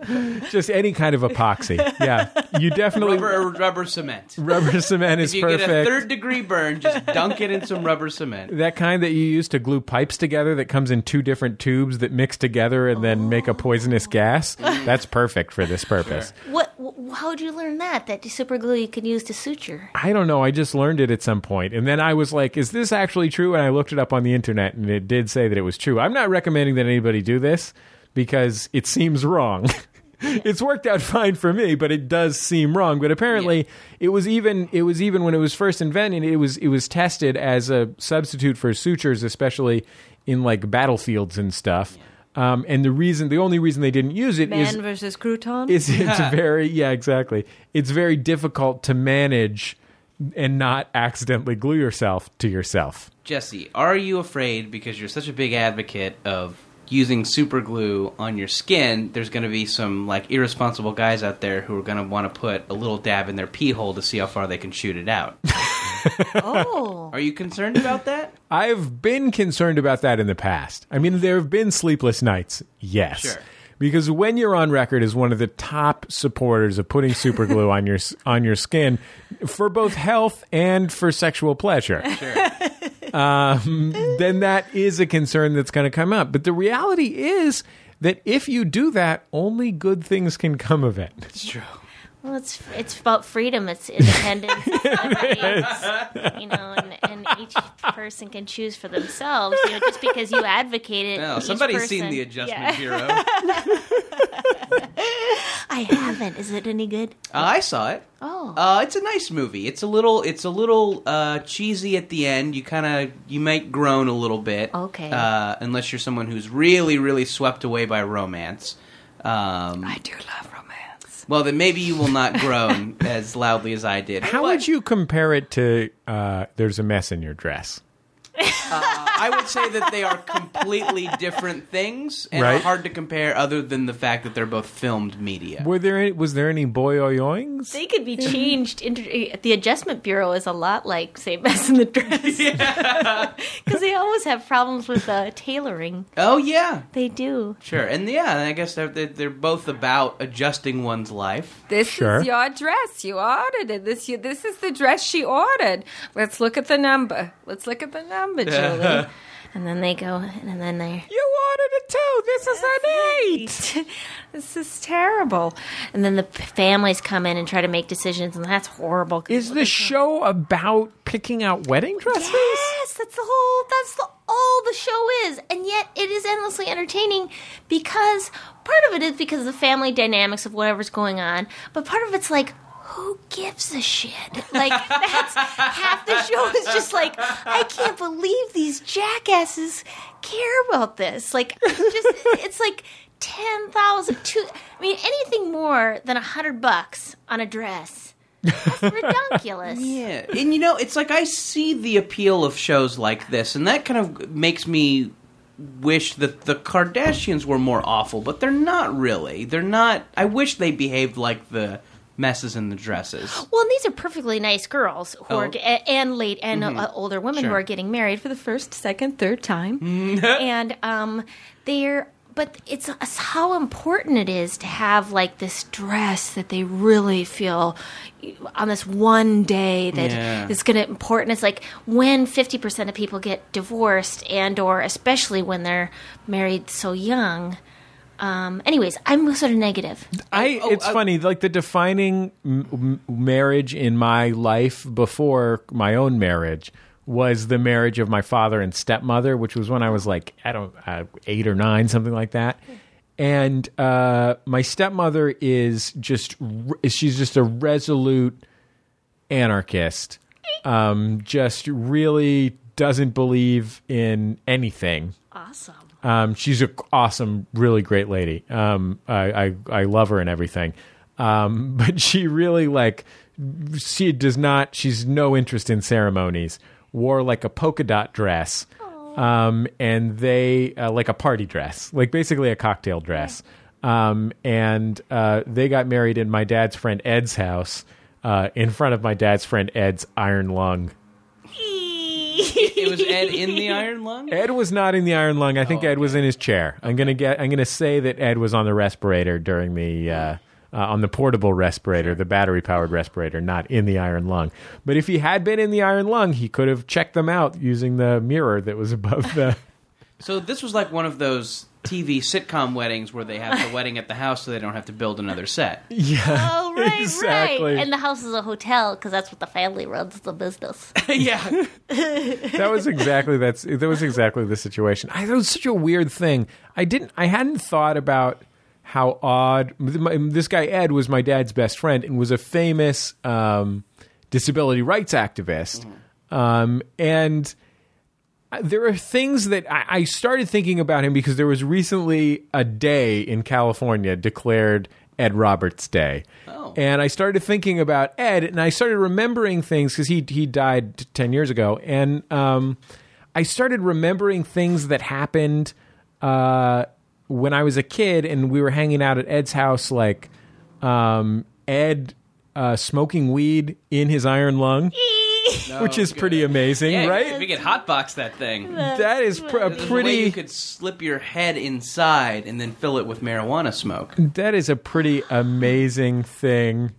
Speaker 3: just any kind of epoxy. Yeah, you definitely
Speaker 4: rubber, rubber cement.
Speaker 3: rubber cement is
Speaker 4: If you
Speaker 3: perfect.
Speaker 4: get a third degree burn, just dunk it in some rubber cement.
Speaker 3: that kind that you use to glue pipes together that comes in two different tubes that mix together and then make a poisonous gas. That's perfect for this purpose.
Speaker 5: that- What? wh- How'd you learn that? That super glue you could use to suture?
Speaker 3: I don't know. I just learned it at some point, and then I was like, "Is this actually true?" And I looked it up on the internet, and it did say that it was true. I'm not recommending that anybody do this because it seems wrong. it's worked out fine for me, but it does seem wrong. But apparently, it was even it was even when it was first invented, it was it was tested as a substitute for sutures, especially in like battlefields and stuff. Um, and the reason, the only reason they didn't use it is
Speaker 6: Man versus crouton.
Speaker 3: it's it's very yeah exactly. It's very difficult to manage and not accidentally glue yourself to yourself.
Speaker 4: Jesse, are you afraid because you're such a big advocate of using super glue on your skin? There's going to be some like irresponsible guys out there who are going to want to put a little dab in their pee hole to see how far they can shoot it out.
Speaker 5: Oh,
Speaker 4: Are you concerned about that?
Speaker 3: I've been concerned about that in the past. I mean, there have been sleepless nights, yes.
Speaker 4: Sure.
Speaker 3: Because when you're on record as one of the top supporters of putting super glue on your s- on your skin for both health and for sexual pleasure, um, then that is a concern that's going to come up. But the reality is, that if you do that, only good things can come of it.
Speaker 4: It's true.
Speaker 5: Well, it's it's about freedom. It's independence. it's, you know, and, and each person can choose for themselves. You know, just because you advocate it,
Speaker 4: Well,
Speaker 5: each
Speaker 4: somebody's seen
Speaker 5: person-
Speaker 4: the Adjustment
Speaker 5: Yeah.
Speaker 4: Bureau. Uh,
Speaker 5: I haven't. Is it any good?
Speaker 4: Uh, I saw it.
Speaker 5: Oh,
Speaker 4: Uh, it's a nice movie. It's a little. It's a little uh, cheesy at the end. You kind of you might groan a little bit.
Speaker 5: Okay.
Speaker 4: Uh, unless you're someone who's really, really swept away by romance. Um,
Speaker 7: I do love romance.
Speaker 4: well, then maybe you will not groan as loudly as I did.
Speaker 3: How
Speaker 4: But
Speaker 3: would you compare it to uh, There's a Mess in Your Dress?
Speaker 4: I would say that they are completely different things and are
Speaker 3: Right.
Speaker 4: hard to compare, other than the fact that they're both filmed media.
Speaker 3: Were there any, was there any boy oyoings?
Speaker 6: They could be changed. Inter- eh, the Adjustment Bureau is a lot like Save Mess in the Dress. Because they always have problems with uh, tailoring.
Speaker 4: Oh yeah,
Speaker 6: They do.
Speaker 4: sure, and yeah, I guess they're they're they're both about adjusting one's life.
Speaker 7: This
Speaker 3: Sure.
Speaker 7: is your dress. You ordered it. This you, this is the dress she ordered. Let's look at the number. Let's look at the number, Julie.
Speaker 5: and then they go, and then they.
Speaker 7: you ordered a two. This is an eight. this is terrible.
Speaker 5: And then the p- families come in and try to make decisions, and that's horrible. 'cause
Speaker 3: Is the show about picking out wedding dresses?
Speaker 5: Yes, that's the whole. That's the, all the show is, and yet it is endlessly entertaining because part of it is because of the family dynamics of whatever's going on, but part of it's like. Who gives a shit? Like that's half the show is just like I can't believe these jackasses care about this. Like it's just it's like ten thousand two. I mean anything more than a hundred bucks on a dress. That's ridiculous.
Speaker 4: Yeah, and you know, it's like I see the appeal of shows like this, and that kind of makes me wish that the Kardashians were more awful, but they're not really. They're not. I wish they behaved like the messes in the dresses.
Speaker 5: Well, and these are perfectly nice girls who
Speaker 4: Oh. Mm-hmm.
Speaker 5: are, ge- and late and uh, older women who
Speaker 4: Sure.
Speaker 5: are getting married for the
Speaker 6: First, second, third time.
Speaker 5: and um, they're but it's, it's how important it is to have like this dress that they really feel on this one day that
Speaker 4: Yeah.
Speaker 5: is going to important it's like when 50% of people get divorced and or especially when they're married so young um, anyways i'm sort of negative
Speaker 3: I.
Speaker 4: Oh,
Speaker 3: it's
Speaker 4: oh.
Speaker 3: funny. Like the defining m- m- marriage in my life before my own marriage was the marriage of my father and stepmother, which was when I was like I don't uh, eight or nine, something like that. And uh, my stepmother is just re- she's just a resolute anarchist. Um, just really doesn't believe in anything.
Speaker 5: awesome
Speaker 3: Um, she's an awesome, really great lady. Um, I, I I love her and everything. Um, but she really like she does not. She's no interest in ceremonies. Wore like a polka dot dress, um, and they uh, like a party dress, like basically a cocktail dress. Um, and uh, they got married in my dad's friend Ed's house, uh, in front of my dad's friend Ed's iron lung.
Speaker 4: It was Ed in the Iron Lung.
Speaker 3: Ed was not in the iron lung. I think Ed was in his chair. I'm gonna get. I'm gonna say that Ed was on the respirator during the uh, uh, on the portable respirator, the battery powered respirator, not in the iron lung. But if he had been in the iron lung, he could have checked them out using the mirror that was above the.
Speaker 4: So this was like one of those TV sitcom weddings where they have the wedding at the house, so they don't have to build another set.
Speaker 5: Oh, right,
Speaker 3: Exactly.
Speaker 5: right. And the house is a hotel because that's what the family runs the business.
Speaker 4: yeah,
Speaker 3: that was exactly that's that was exactly the situation. I that was such a weird thing. I didn't I hadn't thought about how odd my, this guy Ed was my dad's best friend and was a famous um, disability rights activist. Um, and I- there are things that I, I started thinking about him because there was recently a day in California declared Ed Roberts Day.
Speaker 4: Oh.
Speaker 3: And I started thinking about Ed and I started remembering things because he, he died t- 10 years ago. And um, I started remembering things that happened uh, when I was a kid and we were hanging out at Ed's house, like um, Ed uh, smoking weed in his iron lung, which is pretty amazing,
Speaker 4: yeah,
Speaker 3: right?
Speaker 4: We could hotbox that thing.
Speaker 3: that is pr- a
Speaker 4: There's a way
Speaker 3: pretty.
Speaker 4: you could slip your head inside and then fill it with marijuana smoke.
Speaker 3: That is a pretty amazing thing.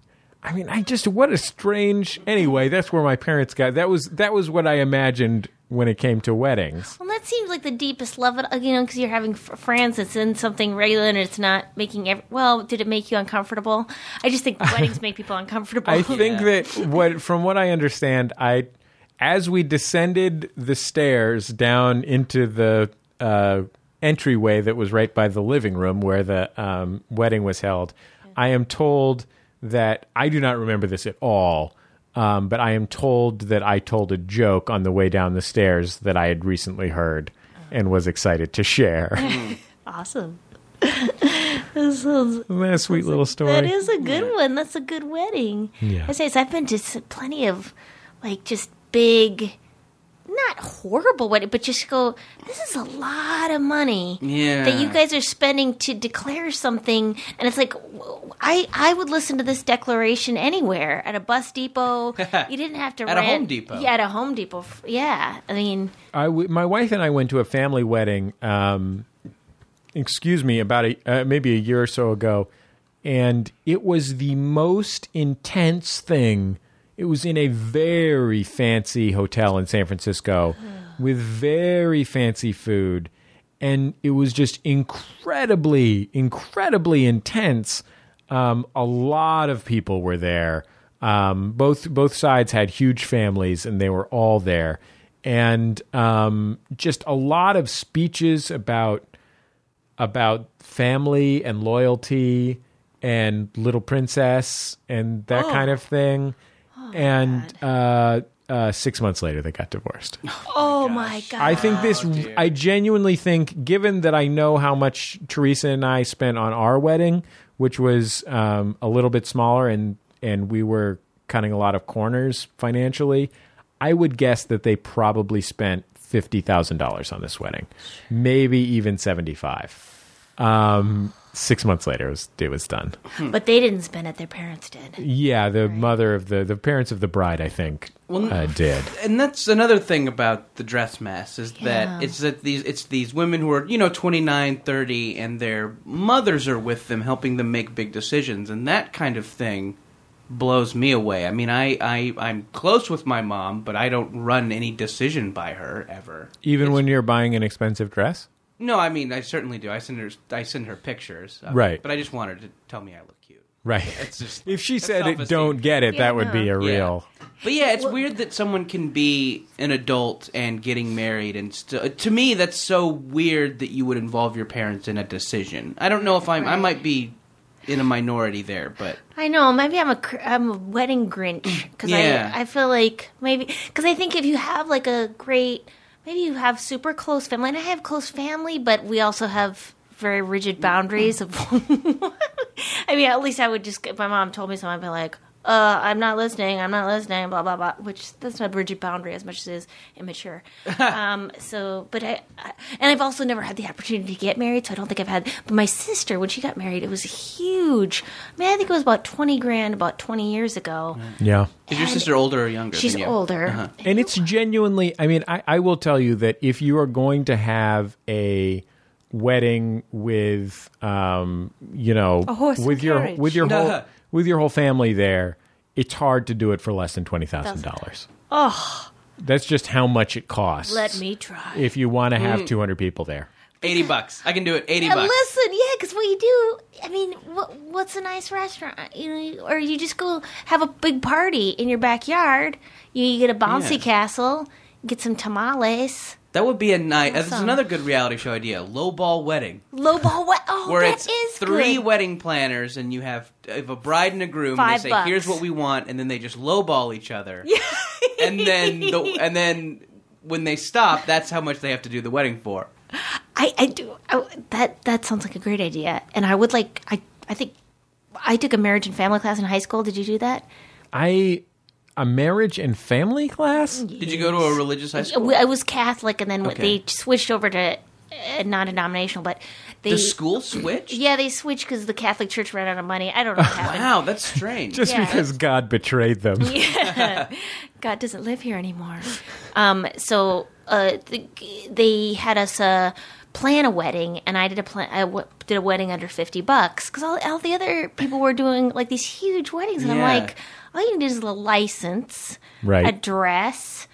Speaker 3: I mean, I just what a strange. Anyway, that's where my parents got. That was that was what I imagined when it came to weddings.
Speaker 8: Well, that seems like the deepest love, uh, you know, because you're having f- friends. It's in something regular, and it's not making. Every- well, did it make you uncomfortable? I just think weddings make people uncomfortable.
Speaker 3: I think that what from what I understand, I as we descended the stairs down into the uh, entryway that was right by the living room where the um, wedding was held, I am told that I do not remember this at all. Um, but I am told that I told a joke on the way down the stairs that I had recently heard and was excited to share.
Speaker 5: Awesome. this is,
Speaker 3: Isn't that a sweet little story?
Speaker 5: that is a good one. That's a good wedding.
Speaker 3: Yeah.
Speaker 5: I say, so I've been to s- plenty of like just big, not horrible wedding, but just go. This is a lot of money.
Speaker 4: Yeah.
Speaker 5: that you guys are spending to declare something and it's like w- I, I would listen to this declaration anywhere at a bus depot you didn't have to
Speaker 4: At a
Speaker 5: rent.
Speaker 4: Home Depot.
Speaker 5: yeah at a home depot F- yeah i mean
Speaker 3: I w- my wife and I went to a family wedding. Um, excuse me, about a, uh, maybe a year or so ago, and it was the most intense thing. It was in a very fancy hotel in San Francisco with very fancy food, and it was just incredibly, incredibly intense. Um, a lot of people were there. Um, both both sides had huge families, and they were all there, and um, just a lot of speeches about about family and loyalty and Little Princess and that
Speaker 5: Oh.
Speaker 3: kind of thing. and uh, uh, six months later, they got divorced.
Speaker 5: oh my Oh, god
Speaker 3: I think this, I genuinely think, given that I know how much Teresa and I spent on our wedding, which was um, a little bit smaller and, and we were cutting a lot of corners financially, I would guess that they probably spent $50,000 on this wedding, maybe even 75 um, Six months later, it was, it was done.
Speaker 4: Hmm.
Speaker 5: but they didn't spend it their parents did
Speaker 3: Yeah, the mother of the, the parents of the bride, I think, uh, did.
Speaker 4: and that's another thing about the dress mess is that it's that these it's these women who are you know 29 30 and their mothers are with them helping them make big decisions and that kind of thing blows me away i mean i, I i'm close with my mom but i don't run any decision by her ever
Speaker 3: Even when you're buying an expensive dress?
Speaker 4: no i mean i certainly do i send her i send her pictures of it,
Speaker 3: Right.
Speaker 4: but i just want her to tell me i look cute
Speaker 3: Right.
Speaker 4: It's just-
Speaker 3: if she
Speaker 4: it's
Speaker 3: said it,
Speaker 4: self-esteem.
Speaker 3: don't get it, that would be a
Speaker 4: Yeah.
Speaker 3: real.
Speaker 4: But yeah, it's weird that someone can be an adult and getting married, and still to me that's so weird that you would involve your parents in a decision. I don't know if I'm I might be in a minority there, but
Speaker 5: i know maybe i'm a cr- i'm a wedding grinch because
Speaker 4: Yeah.
Speaker 5: I, I feel like maybe because i think if you have like a great maybe you have super close family and i have close family but we also have very rigid boundaries of I mean, at least I would just. If my mom told me something, I'd be like, "Uh, I'm not listening. I'm not listening." Blah blah blah. Which that's not a rigid boundary as much as it is immature. um. So, but I, I, and I've also never had the opportunity to get married, so I don't think I've had. But my sister, when she got married, it was huge. I mean, I think it was about twenty grand about twenty years ago.
Speaker 3: Yeah.
Speaker 4: is your sister older or younger?
Speaker 5: She's
Speaker 4: than Mm, you? Uh-huh.
Speaker 5: older.
Speaker 3: And it's genuinely, I mean, I, I will tell you that if you are going to have a wedding with, um, you know,
Speaker 9: horse and
Speaker 3: with your
Speaker 9: carriage.
Speaker 3: with your whole with your whole family there, it's hard to do it for less than twenty thousand dollars. Oh, that's just how much it costs.
Speaker 5: Let me try.
Speaker 3: If you want to have two hundred people there,
Speaker 4: Eighty bucks. I can do it. Eighty
Speaker 5: Yeah,
Speaker 4: bucks.
Speaker 5: listen, yeah, because what you do, I mean, what, what's a nice restaurant? You know, you- or you just go have a big party in your backyard. You, you get a bouncy
Speaker 4: Yeah.
Speaker 5: castle, get some tamales,
Speaker 4: That would be a night. That's
Speaker 5: Awesome.
Speaker 4: another good reality show idea. Lowball wedding,
Speaker 5: lowball. What? Oh,
Speaker 4: where
Speaker 5: that
Speaker 4: it's
Speaker 5: is
Speaker 4: three
Speaker 5: good.
Speaker 4: wedding planners, and you have, you have a bride and a groom.
Speaker 5: Five
Speaker 4: and they say,
Speaker 5: bucks.
Speaker 4: "Here's what we want," and then they just lowball each other. and then the, and then when they stop, that's how much they have to do the wedding for.
Speaker 5: I, I do. I, that that sounds like a great idea, and I would like. I I think I took a marriage and family class in high school. Did you do that?
Speaker 3: I a marriage and family class.
Speaker 4: Did you go to a religious high school?
Speaker 5: We- I was Catholic, and then
Speaker 4: Okay.
Speaker 5: they switched over to uh, non-denominational, but they.
Speaker 4: The school switch?
Speaker 5: yeah, they switched because the Catholic Church ran out of money. I don't know what happened.
Speaker 4: Wow, that's strange.
Speaker 3: Just
Speaker 5: Yeah.
Speaker 3: because God betrayed them.
Speaker 5: God doesn't live here anymore. Um, so uh, the, they had us uh, plan a wedding, and I did a plan. I w- did a wedding under fifty bucks because all, all the other people were doing like these huge weddings, and
Speaker 4: Yeah.
Speaker 5: I'm like, all you need is a license,
Speaker 3: Right.
Speaker 5: a dress,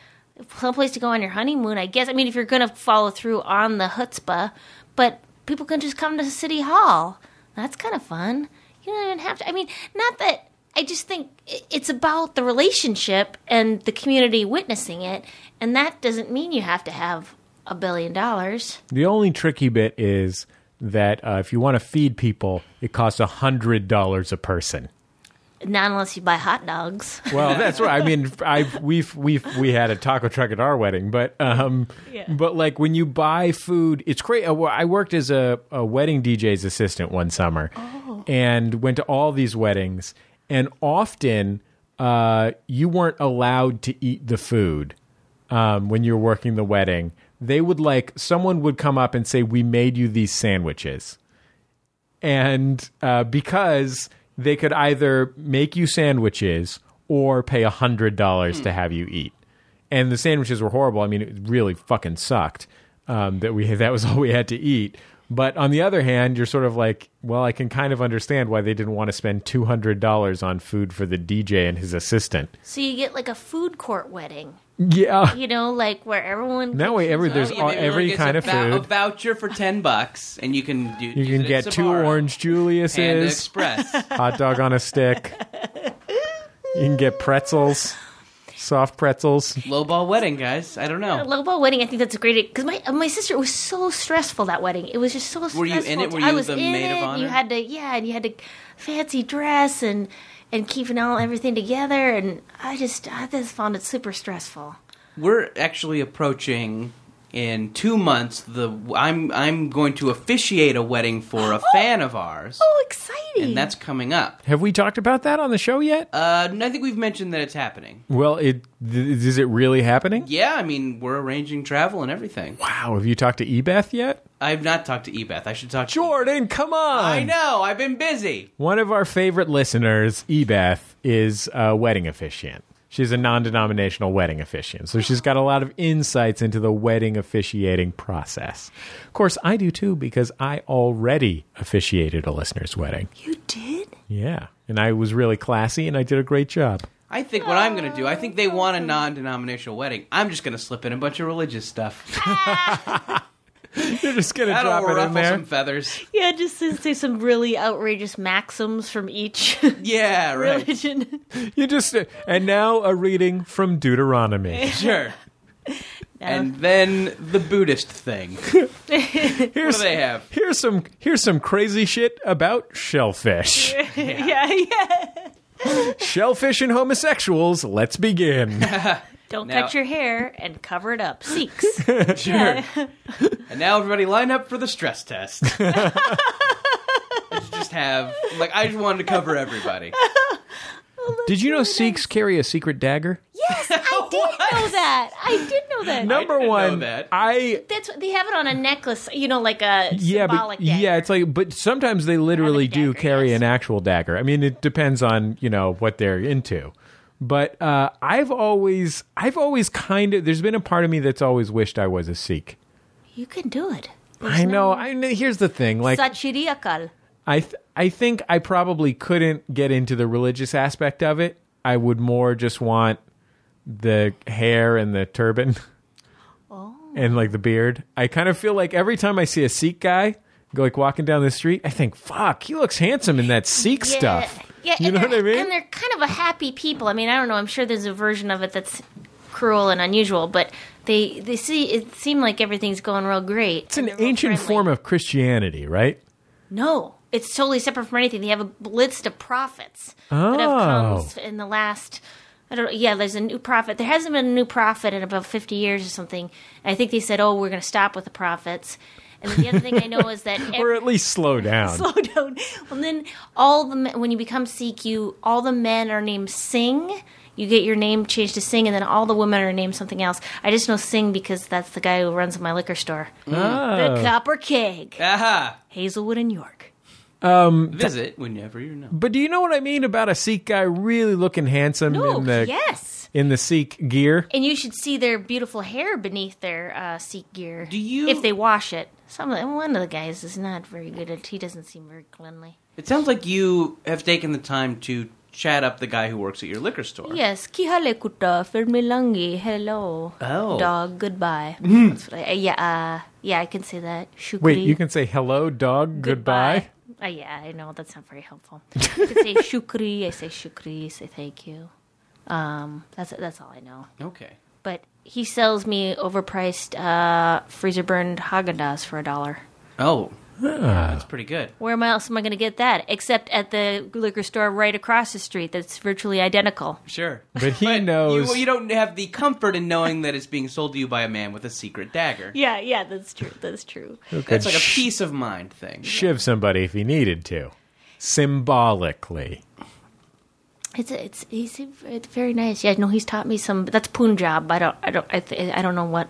Speaker 5: someplace to go on your honeymoon, I guess. I mean, if you're going to follow through on the chutzpah, but people can just come to City Hall. That's kind of fun. You don't even have to. I mean, not that. I just think i- it's about the relationship and the community witnessing it, and that doesn't mean you have to have a billion dollars.
Speaker 3: The only tricky bit is that uh, if you want to feed people, it costs $100 a person.
Speaker 5: Not unless you buy hot dogs.
Speaker 3: Well, that's right. I mean, I we've we've we had a taco truck at our wedding, but um, but like when you buy food, it's great. Uh, well, I worked as a, a wedding DJ's assistant one summer, and went to all these weddings, and often uh, you weren't allowed to eat the food um, when you were working the wedding. They would like someone would come up and say, "We made you these sandwiches." and uh, because they could either make you sandwiches or pay a hundred dollars to have you eat, and the sandwiches were horrible. I mean, it really fucking sucked um, that we that was all we had to eat. But on the other hand, you're sort of like, well, I can kind of understand why they didn't want to spend two hundred dollars on food for the DJ and his assistant.
Speaker 5: So you get like a food court wedding,
Speaker 3: Yeah,
Speaker 5: you know, like where everyone.
Speaker 3: that way every there's
Speaker 4: Yeah,
Speaker 3: all,
Speaker 4: maybe
Speaker 3: every
Speaker 4: it's
Speaker 3: kind
Speaker 4: a
Speaker 3: of
Speaker 4: vou- A
Speaker 3: food.
Speaker 4: voucher for ten bucks, and you can do.
Speaker 3: You can get two Orange
Speaker 4: Panda
Speaker 3: Julius's,
Speaker 4: Express.
Speaker 3: hot dog on a stick. You can get pretzels, soft pretzels.
Speaker 4: Lowball wedding, guys. I don't know.
Speaker 5: Lobo wedding, I think that's a great because my uh, my sister it was so stressful that wedding. It was just so stressful.
Speaker 4: Were you in it? Were
Speaker 5: I
Speaker 4: you
Speaker 5: was
Speaker 4: the
Speaker 5: in
Speaker 4: maid of
Speaker 5: it.
Speaker 4: honor?
Speaker 5: You had to yeah, and you had to fancy dress and and keeping all everything together. And I just I just found it super stressful.
Speaker 4: We're actually approaching in two months. The I'm I'm going to officiate a wedding for a fan of ours,
Speaker 5: Oh, exciting!
Speaker 4: and that's coming up.
Speaker 3: Have we talked about that on the show yet?
Speaker 4: Uh, and I think we've mentioned that it's happening.
Speaker 3: well, it th- is it really happening?
Speaker 4: Yeah, I mean we're arranging travel and everything.
Speaker 3: Wow, have you talked to Ebeth yet?
Speaker 4: I've not talked to Ebeth. I should talk. to
Speaker 3: Jordan, come on!
Speaker 4: I know. I've been busy.
Speaker 3: One of our favorite listeners, Ebeth, is a wedding officiant. She's a non-denominational wedding officiant, so she's got a lot of insights into the wedding officiating process. Of course, I do too because I already officiated a listener's wedding.
Speaker 5: you did.
Speaker 3: Yeah, and I was really classy, and I did a great job.
Speaker 4: I think what I'm going to do, I think they want a non denominational wedding. I'm just going to slip in a bunch of religious stuff.
Speaker 3: You're just gonna
Speaker 4: That'll
Speaker 3: drop it
Speaker 4: ruffle
Speaker 3: in there.
Speaker 4: some feathers.
Speaker 5: Yeah, just to say some really outrageous maxims from each
Speaker 4: Yeah, right.
Speaker 5: religion.
Speaker 3: You just and now a reading from Deuteronomy.
Speaker 4: Sure. And then the Buddhist thing.
Speaker 3: Here's
Speaker 4: What do they have?
Speaker 3: here's some here's some crazy shit about shellfish.
Speaker 5: yeah, yeah.
Speaker 3: shellfish and homosexuals. Let's begin.
Speaker 5: Don't
Speaker 4: Now-
Speaker 5: cut your hair and cover it up. Seeks.
Speaker 4: Sure. And now everybody line up for the stress test. Let's just have, like, I just wanted to cover everybody.
Speaker 3: Did you know Sikhs carry a secret dagger?
Speaker 5: I did know that. I did know that.
Speaker 3: Number
Speaker 4: didn't know
Speaker 3: one,
Speaker 4: that.
Speaker 3: I
Speaker 5: That's what they have it on a necklace, you know, like a
Speaker 3: yeah,
Speaker 5: symbolic
Speaker 3: but, yeah,
Speaker 5: dagger.
Speaker 3: it's like, but sometimes they literally do
Speaker 5: dagger,
Speaker 3: carry
Speaker 5: yes.
Speaker 3: an actual dagger. I mean, it depends on you know what they're into. But uh, I've always, I've always kind of. There's been a part of me that's always wished I was a Sikh.
Speaker 5: You can do it.
Speaker 3: I know. I know. Here's the thing. Like,
Speaker 5: Sachiriakal.
Speaker 3: I th- I think I probably couldn't get into the religious aspect of it. I would more just want the hair and the turban.
Speaker 5: Oh.
Speaker 3: And like the beard. I kind of feel like every time I see a Sikh guy go like walking down the street, I think, "Fuck, he looks handsome in that Sikh stuff."
Speaker 5: Yeah,
Speaker 3: you
Speaker 5: and
Speaker 3: know what
Speaker 5: they're-
Speaker 3: I mean?
Speaker 5: And they're kind of a happy people. I mean, I don't know. I'm sure there's a version of it that's cruel and unusual, but they they see it seem like everything's going real great.
Speaker 3: It's an ancient form of Christianity, right?
Speaker 5: No, it's totally separate from anything. They have a list of prophets that
Speaker 3: Oh.
Speaker 5: have come in the last. I don't. Yeah, there's a new prophet. There hasn't been a new prophet in about 50 years or something. And I think they said, "Oh, we're going to stop with the prophets." And the other thing I know is that
Speaker 3: Or
Speaker 5: every,
Speaker 3: at least slow down.
Speaker 5: slow down. And then all the men, when you become Sikh, you all the men are named Singh. You get your name changed to Singh, and then all the women are named something else. I just know Singh because that's the guy who runs my liquor store, the Copper Keg,
Speaker 4: Aha!
Speaker 5: Hazelwood and York.
Speaker 4: Visit whenever you're not.
Speaker 3: But do you know what I mean about a Sikh guy really looking handsome
Speaker 5: No,
Speaker 3: in the
Speaker 5: Oh, yes.
Speaker 3: in the Sikh gear?
Speaker 5: And you should see their beautiful hair beneath their uh, seat gear. Do
Speaker 4: you-
Speaker 5: If they wash it. Some of- one of the guys is not very good at. He doesn't seem very cleanly.
Speaker 4: It sounds like you have taken the time to chat up the guy who works at your liquor store.
Speaker 5: Yes, kihale kuta fermilangi. Hello.
Speaker 4: Oh.
Speaker 5: Dog, goodbye. That's what I, yeah, uh, yeah, I can say that. Shukri.
Speaker 3: Hmm. Wait, you can say hello, dog, goodbye.
Speaker 5: Uh, yeah, I know that's not very helpful. I can say shukri. I say shukri. I Say thank you. Um, that's that's all I know.
Speaker 4: Okay.
Speaker 5: But he sells me overpriced uh, freezer burned Haagen Dazs for a dollar.
Speaker 4: Oh. That's pretty good.
Speaker 5: Where am I else am I going to get that? Except at the liquor store right across the street that's virtually identical.
Speaker 4: Sure.
Speaker 3: But he
Speaker 4: you-
Speaker 3: knows.
Speaker 4: You, don't have the comfort in knowing that it's being sold to you by a man with a secret dagger.
Speaker 5: Yeah, yeah, that's true. That's true.
Speaker 4: That's like a peace of mind thing.
Speaker 3: shiv somebody if he needed to, symbolically.
Speaker 5: It's it's he's it's very nice. Yeah, no, he's taught me some. That's Punjab. I don't I don't I, th- I don't know what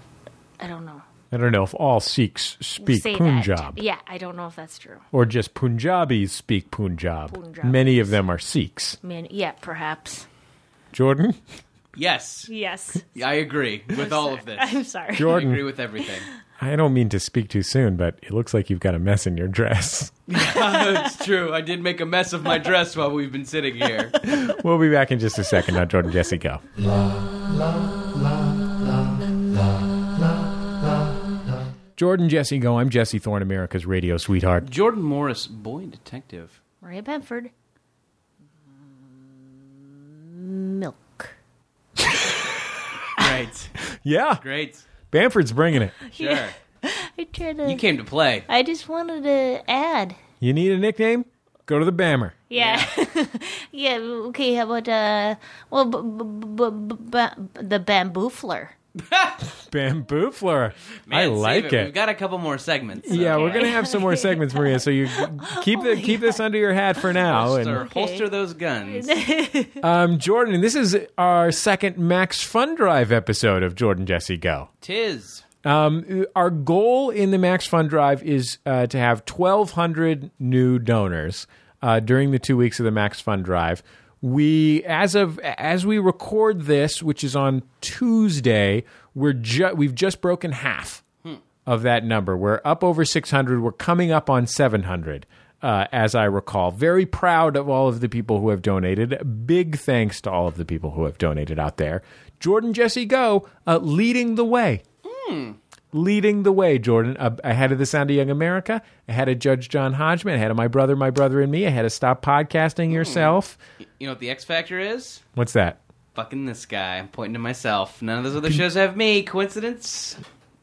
Speaker 5: I don't know.
Speaker 3: I don't know if all Sikhs speak
Speaker 5: Say
Speaker 3: Punjab
Speaker 5: that. Yeah, I don't know if that's true.
Speaker 3: or just Punjabis speak Punjab.
Speaker 5: Punjabis.
Speaker 3: Many of them are Sikhs.
Speaker 5: I mean, yeah, perhaps.
Speaker 3: Jordan,
Speaker 4: Yes.
Speaker 5: Yes.
Speaker 4: I agree with all of this.
Speaker 5: I'm sorry.
Speaker 4: I
Speaker 3: Jordan,
Speaker 4: agree with everything.
Speaker 3: I don't mean to speak too soon, but it looks like you've got a mess in your dress.
Speaker 4: it's true. I did make a mess of my dress while we've been sitting here.
Speaker 3: We'll be back in just a second on Jordan Jesse Go. Jordan Jesse Go. I'm Jesse Thorne, America's radio sweetheart.
Speaker 4: Jordan Morris, boy detective.
Speaker 5: Maria Benford. Milk.
Speaker 4: Great.
Speaker 3: Yeah,
Speaker 4: Great.
Speaker 3: Bamford's bringing it.
Speaker 4: Sure.
Speaker 5: I tried
Speaker 4: You
Speaker 5: to.
Speaker 4: came to play.
Speaker 5: I just wanted to add.
Speaker 3: You need a nickname? Go to the Bammer.
Speaker 5: Yeah. Yeah. okay. How about uh? Well, b- b- b- b- the bamboofler.
Speaker 3: Bamboofler. I
Speaker 4: Man, save
Speaker 3: like it.
Speaker 4: We've got a couple more segments. so
Speaker 3: yeah, we're gonna have some more segments, Maria. So you keep the keep this under your hat for now.
Speaker 4: Holster,
Speaker 3: And
Speaker 4: holster those guns.
Speaker 3: um, Jordan, and this is our second Max Fun Drive episode of Jordan Jesse Go.
Speaker 4: Tis.
Speaker 3: Um, our goal in the Max Fund Drive is uh, to have 1,200 new donors uh, during the two weeks of the Max Fund Drive. We, as of as we record this, which is on Tuesday, we're ju- we've just broken half of that number. We're up over 600. We're coming up on 700, uh, as I recall. Very proud of all of the people who have donated. Big thanks to all of the people who have donated out there. Jordan Jesse Go uh, leading the way leading the way, Jordan. Uh, ahead of the Sound of Young America, ahead of Judge John Hodgman, ahead of My Brother, My Brother and Me, ahead of Stop
Speaker 4: Hmm.
Speaker 3: Podcasting Yourself.
Speaker 4: You know what the X Factor is?
Speaker 3: What's that?
Speaker 4: Fucking this guy. I'm pointing to myself. None of those other shows have me. Coincidence?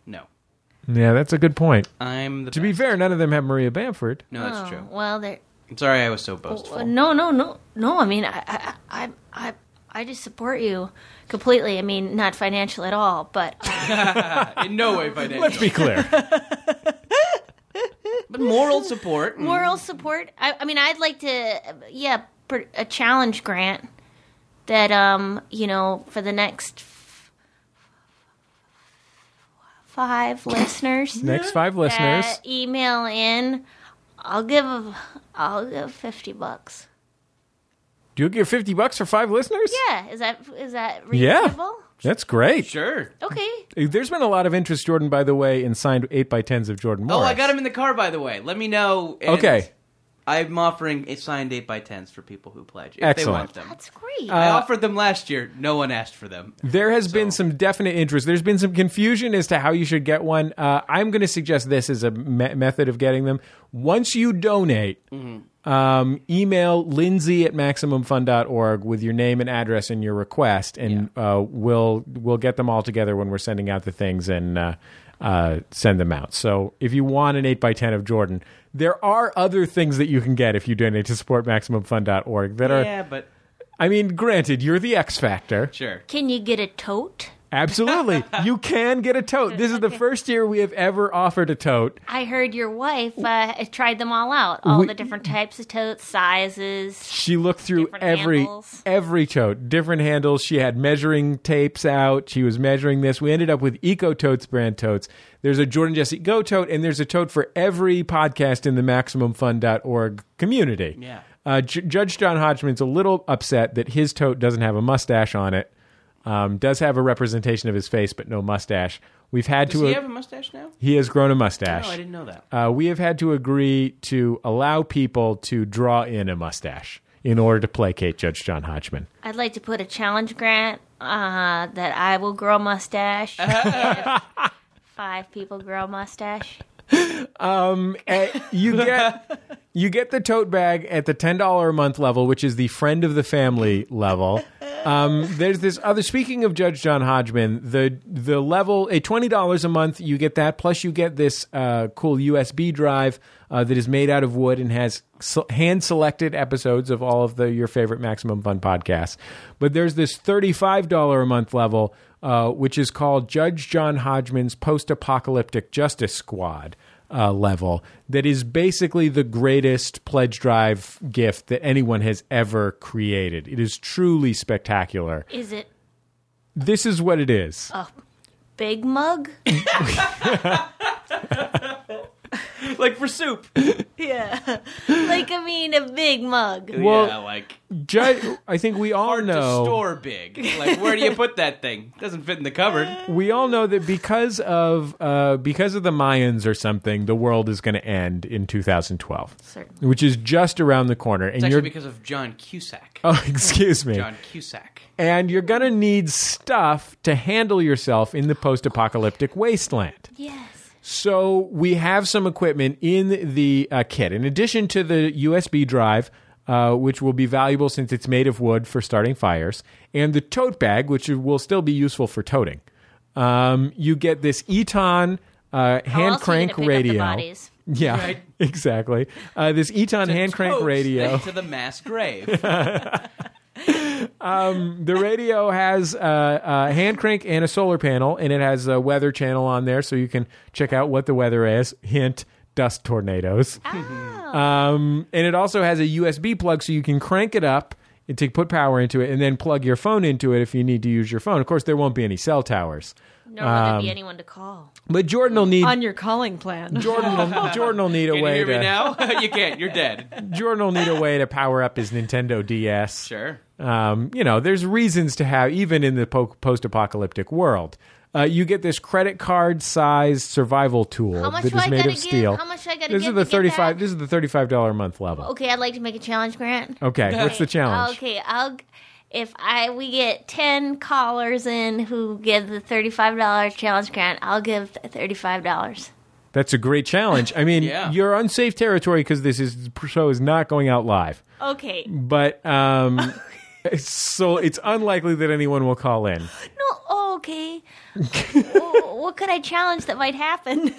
Speaker 4: No.
Speaker 3: Yeah, that's a good point.
Speaker 4: I'm the.
Speaker 3: To be
Speaker 4: best.
Speaker 3: fair, none of them have Maria Bamford.
Speaker 4: No, that's true.
Speaker 5: Oh, Well, there.
Speaker 4: I'm sorry I was so boastful.
Speaker 5: Uh, No, no, no, no. I mean, I, I, I, I, I just support you completely. I mean, not financial at all, but uh,
Speaker 4: In no way financial.
Speaker 3: Let's be clear.
Speaker 4: But moral support. mm,
Speaker 5: moral support. I, I mean, I'd like to, uh, yeah, pr- a challenge grant that, um, you know, for the next f- five listeners,
Speaker 3: Next five
Speaker 4: Uh,
Speaker 3: listeners.
Speaker 5: that email in. I'll give, a, I'll give fifty bucks.
Speaker 3: Do you give 50 bucks for five listeners?
Speaker 5: Yeah, is that is that
Speaker 3: Yeah.
Speaker 5: reasonable?
Speaker 3: That's great.
Speaker 4: Sure.
Speaker 5: Okay.
Speaker 3: There's been a lot of interest, Jordan, by the way, in signed 8x10s of Jordan
Speaker 4: Oh,
Speaker 3: Morris.
Speaker 4: I got him in the car, by the way. Let me know. and
Speaker 3: Okay.
Speaker 4: I'm offering a signed 8x10s for people who pledge if they
Speaker 3: Excellent.
Speaker 4: want them.
Speaker 5: That's great.
Speaker 4: I offered them last year. No one asked for them.
Speaker 3: There has been some definite interest. There's been some confusion as to how you should get one. Uh, I'm going to suggest this as a me- method of getting them. Once you donate, um, email lindsay at maximumfund.org with your name and address and your request, and uh, we'll we'll get them all together when we're sending out the things and uh, uh, send them out. So if you want an 8 by 10 of Jordan, there are other things that you can get if you donate to support maximumfund.org that are,
Speaker 4: Yeah, but
Speaker 3: I mean, granted, you're the X factor.
Speaker 4: sure.
Speaker 5: Can you get a tote?
Speaker 3: Absolutely. you can get a tote. This is the first year we have ever offered a tote.
Speaker 5: I heard your wife uh, tried them all out, all
Speaker 3: We-
Speaker 5: the different types of totes, sizes.
Speaker 3: She looked through
Speaker 5: Different
Speaker 3: every
Speaker 5: handles.
Speaker 3: every tote, different handles. She had measuring tapes out. She was measuring this. We ended up with Eco Totes brand totes. There's a Jordan Jesse Go tote, and there's a tote for every podcast in the MaximumFun.org community.
Speaker 4: Yeah.
Speaker 3: Uh, J- Judge John Hodgman's a little upset that his tote doesn't have a mustache on it. Um, does have a representation of his face, but no mustache. We've had
Speaker 4: Does
Speaker 3: to.
Speaker 4: he have a mustache now?
Speaker 3: he has grown a mustache.
Speaker 4: No, I didn't know that.
Speaker 3: uh, we have had to agree to allow people to draw in a mustache. in order to placate Judge John Hodgman.
Speaker 5: I'd like to put a challenge grant uh, that I will grow a mustache. if five people grow a mustache.
Speaker 3: Uh, you get you get the tote bag at the ten dollar a month level, which is the friend of the family level. Um, there's this other. Speaking of Judge John Hodgman, the the level at twenty dollars a month, you get that. Plus, you get this uh, cool USB drive uh, that is made out of wood and has hand selected episodes of all of the your favorite Maximum Fun podcasts. But there's this thirty five dollar a month level, uh, which is called Judge John Hodgman's Post Apocalyptic Justice Squad uh, level that is basically the greatest pledge drive gift that anyone has ever created. It is truly spectacular.
Speaker 5: Is it
Speaker 3: This is what it is.
Speaker 4: Uh.
Speaker 5: big mug?
Speaker 4: like for soup.
Speaker 5: like I mean, a big mug.
Speaker 3: Well,
Speaker 4: yeah, like
Speaker 3: Judge, I think we all
Speaker 4: hard to
Speaker 3: know
Speaker 4: store big. Like where do you put that thing? Doesn't fit in the cupboard.
Speaker 3: we all know that because of uh, because of the Mayans or something, the world is going to end in 2012,
Speaker 5: Certainly.
Speaker 3: which is just around the corner. And
Speaker 4: It's
Speaker 3: you're
Speaker 4: actually because of John Cusack.
Speaker 3: oh, excuse me.
Speaker 4: John Cusack.
Speaker 3: and you're going to need stuff to handle yourself in the post apocalyptic wasteland.
Speaker 5: Yes.
Speaker 3: So we have some equipment in the uh, kit. In addition to the USB drive, uh, which will be valuable since it's made of wood for starting fires, and the tote bag, which will still be useful for toting. Um, you get this Eton uh, hand
Speaker 5: else are Oh, you gonna
Speaker 3: crank
Speaker 5: pick up the
Speaker 3: radio.
Speaker 5: bodies?
Speaker 3: Yeah,
Speaker 4: Right.
Speaker 3: exactly. Uh, this Eton hand crank
Speaker 4: Toast
Speaker 3: radio.
Speaker 4: to the mass grave.
Speaker 3: the radio has uh, a hand crank and a solar panel, and it has a weather channel on there, so you can check out what the weather is. Hint: dust tornadoes. Um, and it also has a USB plug, so you can crank it up and to put power into it, and then plug your phone into it if you need to use your phone. Of course, there won't be any cell towers,
Speaker 5: Nor will there
Speaker 3: Um,
Speaker 5: be anyone to call.
Speaker 3: but Jordan will need
Speaker 10: on your calling plan.
Speaker 3: Jordan will, Jordan will need a
Speaker 4: Can you
Speaker 3: way
Speaker 4: hear me
Speaker 3: to
Speaker 4: now? you can't. You're dead.
Speaker 3: Jordan will need a way to power up his Nintendo DS.
Speaker 4: Sure.
Speaker 3: um, you know, there's reasons to have, even in the po- post apocalyptic world. Uh, you get this credit card sized survival tool
Speaker 5: How much
Speaker 3: that
Speaker 5: do
Speaker 3: is
Speaker 5: I
Speaker 3: made
Speaker 5: gotta
Speaker 3: of steel.
Speaker 5: give? How much do I gotta
Speaker 3: this
Speaker 5: give
Speaker 3: Is the
Speaker 5: to get
Speaker 3: 35,
Speaker 5: that?
Speaker 3: this is the $35 a month level.
Speaker 5: Okay, I'd like to make a challenge grant.
Speaker 3: Okay, what's the challenge?
Speaker 5: Okay, I'll if I we get ten callers in who give the thirty five dollars challenge grant, I'll give thirty five dollars.
Speaker 3: That's a great challenge. I mean,
Speaker 4: Yeah.
Speaker 3: you're on safe territory because this is, show is not going out live.
Speaker 5: Okay.
Speaker 3: But um, so it's unlikely that anyone will call in.
Speaker 5: No. Oh, okay. Wh- what could I challenge that might happen?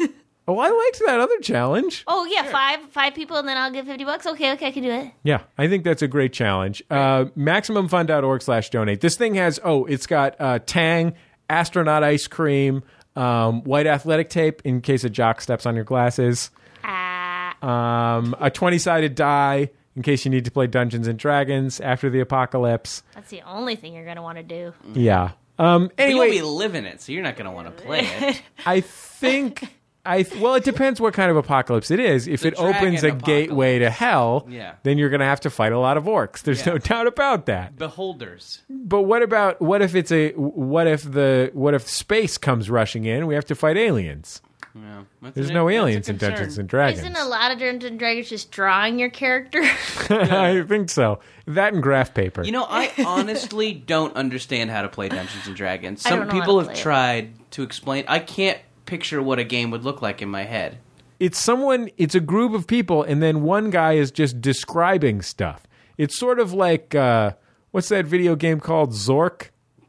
Speaker 3: Oh, I liked that other challenge.
Speaker 5: oh yeah, five five people, and then I'll give fifty bucks. Okay, okay, I can do it.
Speaker 3: Yeah, I think that's a great challenge. Uh, MaximumFun.org slash donate. This thing has, oh, it's got uh, Tang, astronaut ice cream, um, white athletic tape in case a jock steps on your glasses,
Speaker 5: Ah,
Speaker 3: um, a 20 sided die in case you need to play Dungeons and Dragons after the apocalypse.
Speaker 5: that's the only thing you're gonna want to do.
Speaker 3: Yeah. Um,
Speaker 4: You'll be
Speaker 3: anyway,
Speaker 4: living it, so you're not going to want to play it.
Speaker 3: I think. I th- well, it depends what kind of apocalypse it is. If
Speaker 4: The
Speaker 3: it opens a
Speaker 4: dragon
Speaker 3: gateway to hell,
Speaker 4: Yeah.
Speaker 3: then you're going to have to fight a lot of orcs. There's
Speaker 4: Yeah.
Speaker 3: no doubt about that.
Speaker 4: Beholders.
Speaker 3: But what about what if it's a what if the what if space comes rushing in? We have to fight aliens.
Speaker 4: Yeah, that's
Speaker 3: There's
Speaker 4: an-
Speaker 3: no
Speaker 4: that's a
Speaker 3: aliens in
Speaker 4: concern.
Speaker 3: Dungeons and Dragons.
Speaker 5: Isn't a lot of Dungeons and Dragons just drawing your character?
Speaker 3: I think so. That and graph paper.
Speaker 4: You know, I honestly don't understand how to play Dungeons and Dragons.
Speaker 5: I don't
Speaker 4: Some
Speaker 5: know how
Speaker 4: people
Speaker 5: to
Speaker 4: have
Speaker 5: play it.
Speaker 4: tried to explain. I can't picture what a game would look like in my head.
Speaker 3: it's someone. It's a group of people, and then one guy is just describing stuff. It's sort of like uh, what's that video game called Zork?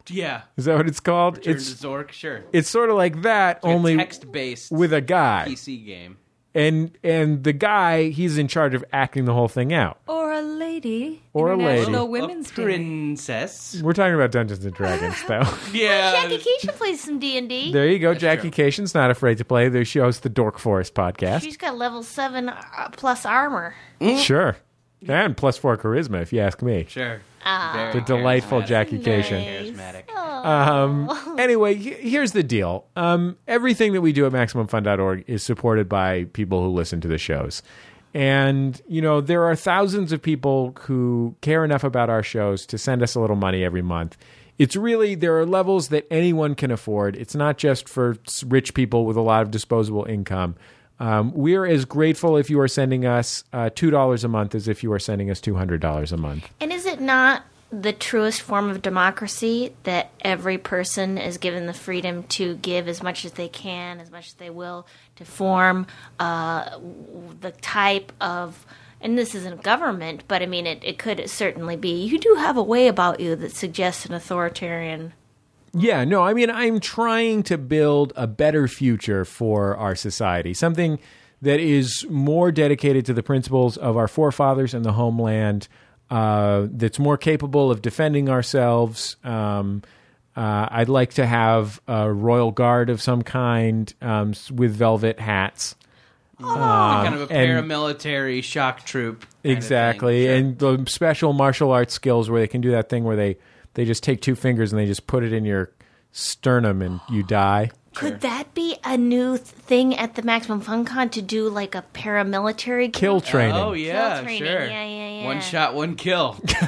Speaker 4: Yeah,
Speaker 3: Is that what it's called?
Speaker 4: Turn to
Speaker 3: it's
Speaker 4: Zork. Sure,
Speaker 3: it's sort of like that, only
Speaker 4: text based
Speaker 3: with a guy,
Speaker 4: PC game.
Speaker 3: and and the guy he's in charge of acting the whole thing out.
Speaker 2: Oh,
Speaker 10: Or a lady.
Speaker 3: Or a lady.
Speaker 10: International
Speaker 3: A
Speaker 10: Women's
Speaker 4: a
Speaker 10: Day.
Speaker 4: princess.
Speaker 3: We're talking about Dungeons and Dragons, though.
Speaker 4: Yeah,
Speaker 5: Jackie Keisha plays some D and D.
Speaker 3: There you go.
Speaker 4: That's
Speaker 3: Jackie Cation's not afraid to play. There she hosts the Dork Forest podcast.
Speaker 5: She's got level seven uh, plus armor.
Speaker 3: Sure. And plus four charisma, if you ask me.
Speaker 4: sure.
Speaker 3: The
Speaker 5: Ah.
Speaker 4: Very
Speaker 3: delightful
Speaker 4: charismatic.
Speaker 3: Jackie Cation.
Speaker 4: Charismatic.
Speaker 5: Oh.
Speaker 3: Anyway, he- here's the deal. Um, everything that we do at MaximumFun.org is supported by people who listen to the shows. And, you know, there are thousands of people who care enough about our shows to send us a little money every month. It's really, there are levels that anyone can afford. It's not just for s- rich people with a lot of disposable income. Um, we are as grateful if you are sending us uh, $2 a month as if you are sending us $200 a month.
Speaker 5: And is it not the truest form of democracy that every person is given the freedom to give as much as they can, as much as they will, to form uh, w- the type of. And this isn't government, but I mean, it, it could certainly be. You do have a way about you that suggests an authoritarian.
Speaker 3: Yeah, no, I mean, I'm trying to build a better future for our society, something that is more dedicated to the principles of our forefathers and the homeland, uh, that's more capable of defending ourselves. Um, uh, I'd like to have a royal guard of some kind um, s- with velvet hats.
Speaker 4: kind of a
Speaker 3: Um, and-
Speaker 4: paramilitary shock troop. kind of thing.
Speaker 3: Exactly,
Speaker 4: Sure.
Speaker 3: and the special martial arts skills where they can do that thing where they they just take two fingers and they just put it in your sternum and you die.
Speaker 5: Could that be a new th- thing at the Maximum Fun Con to do like a paramilitary
Speaker 3: Kill training.
Speaker 4: Oh yeah,
Speaker 5: training,
Speaker 4: sure.
Speaker 5: yeah, yeah, yeah.
Speaker 4: One shot, one kill.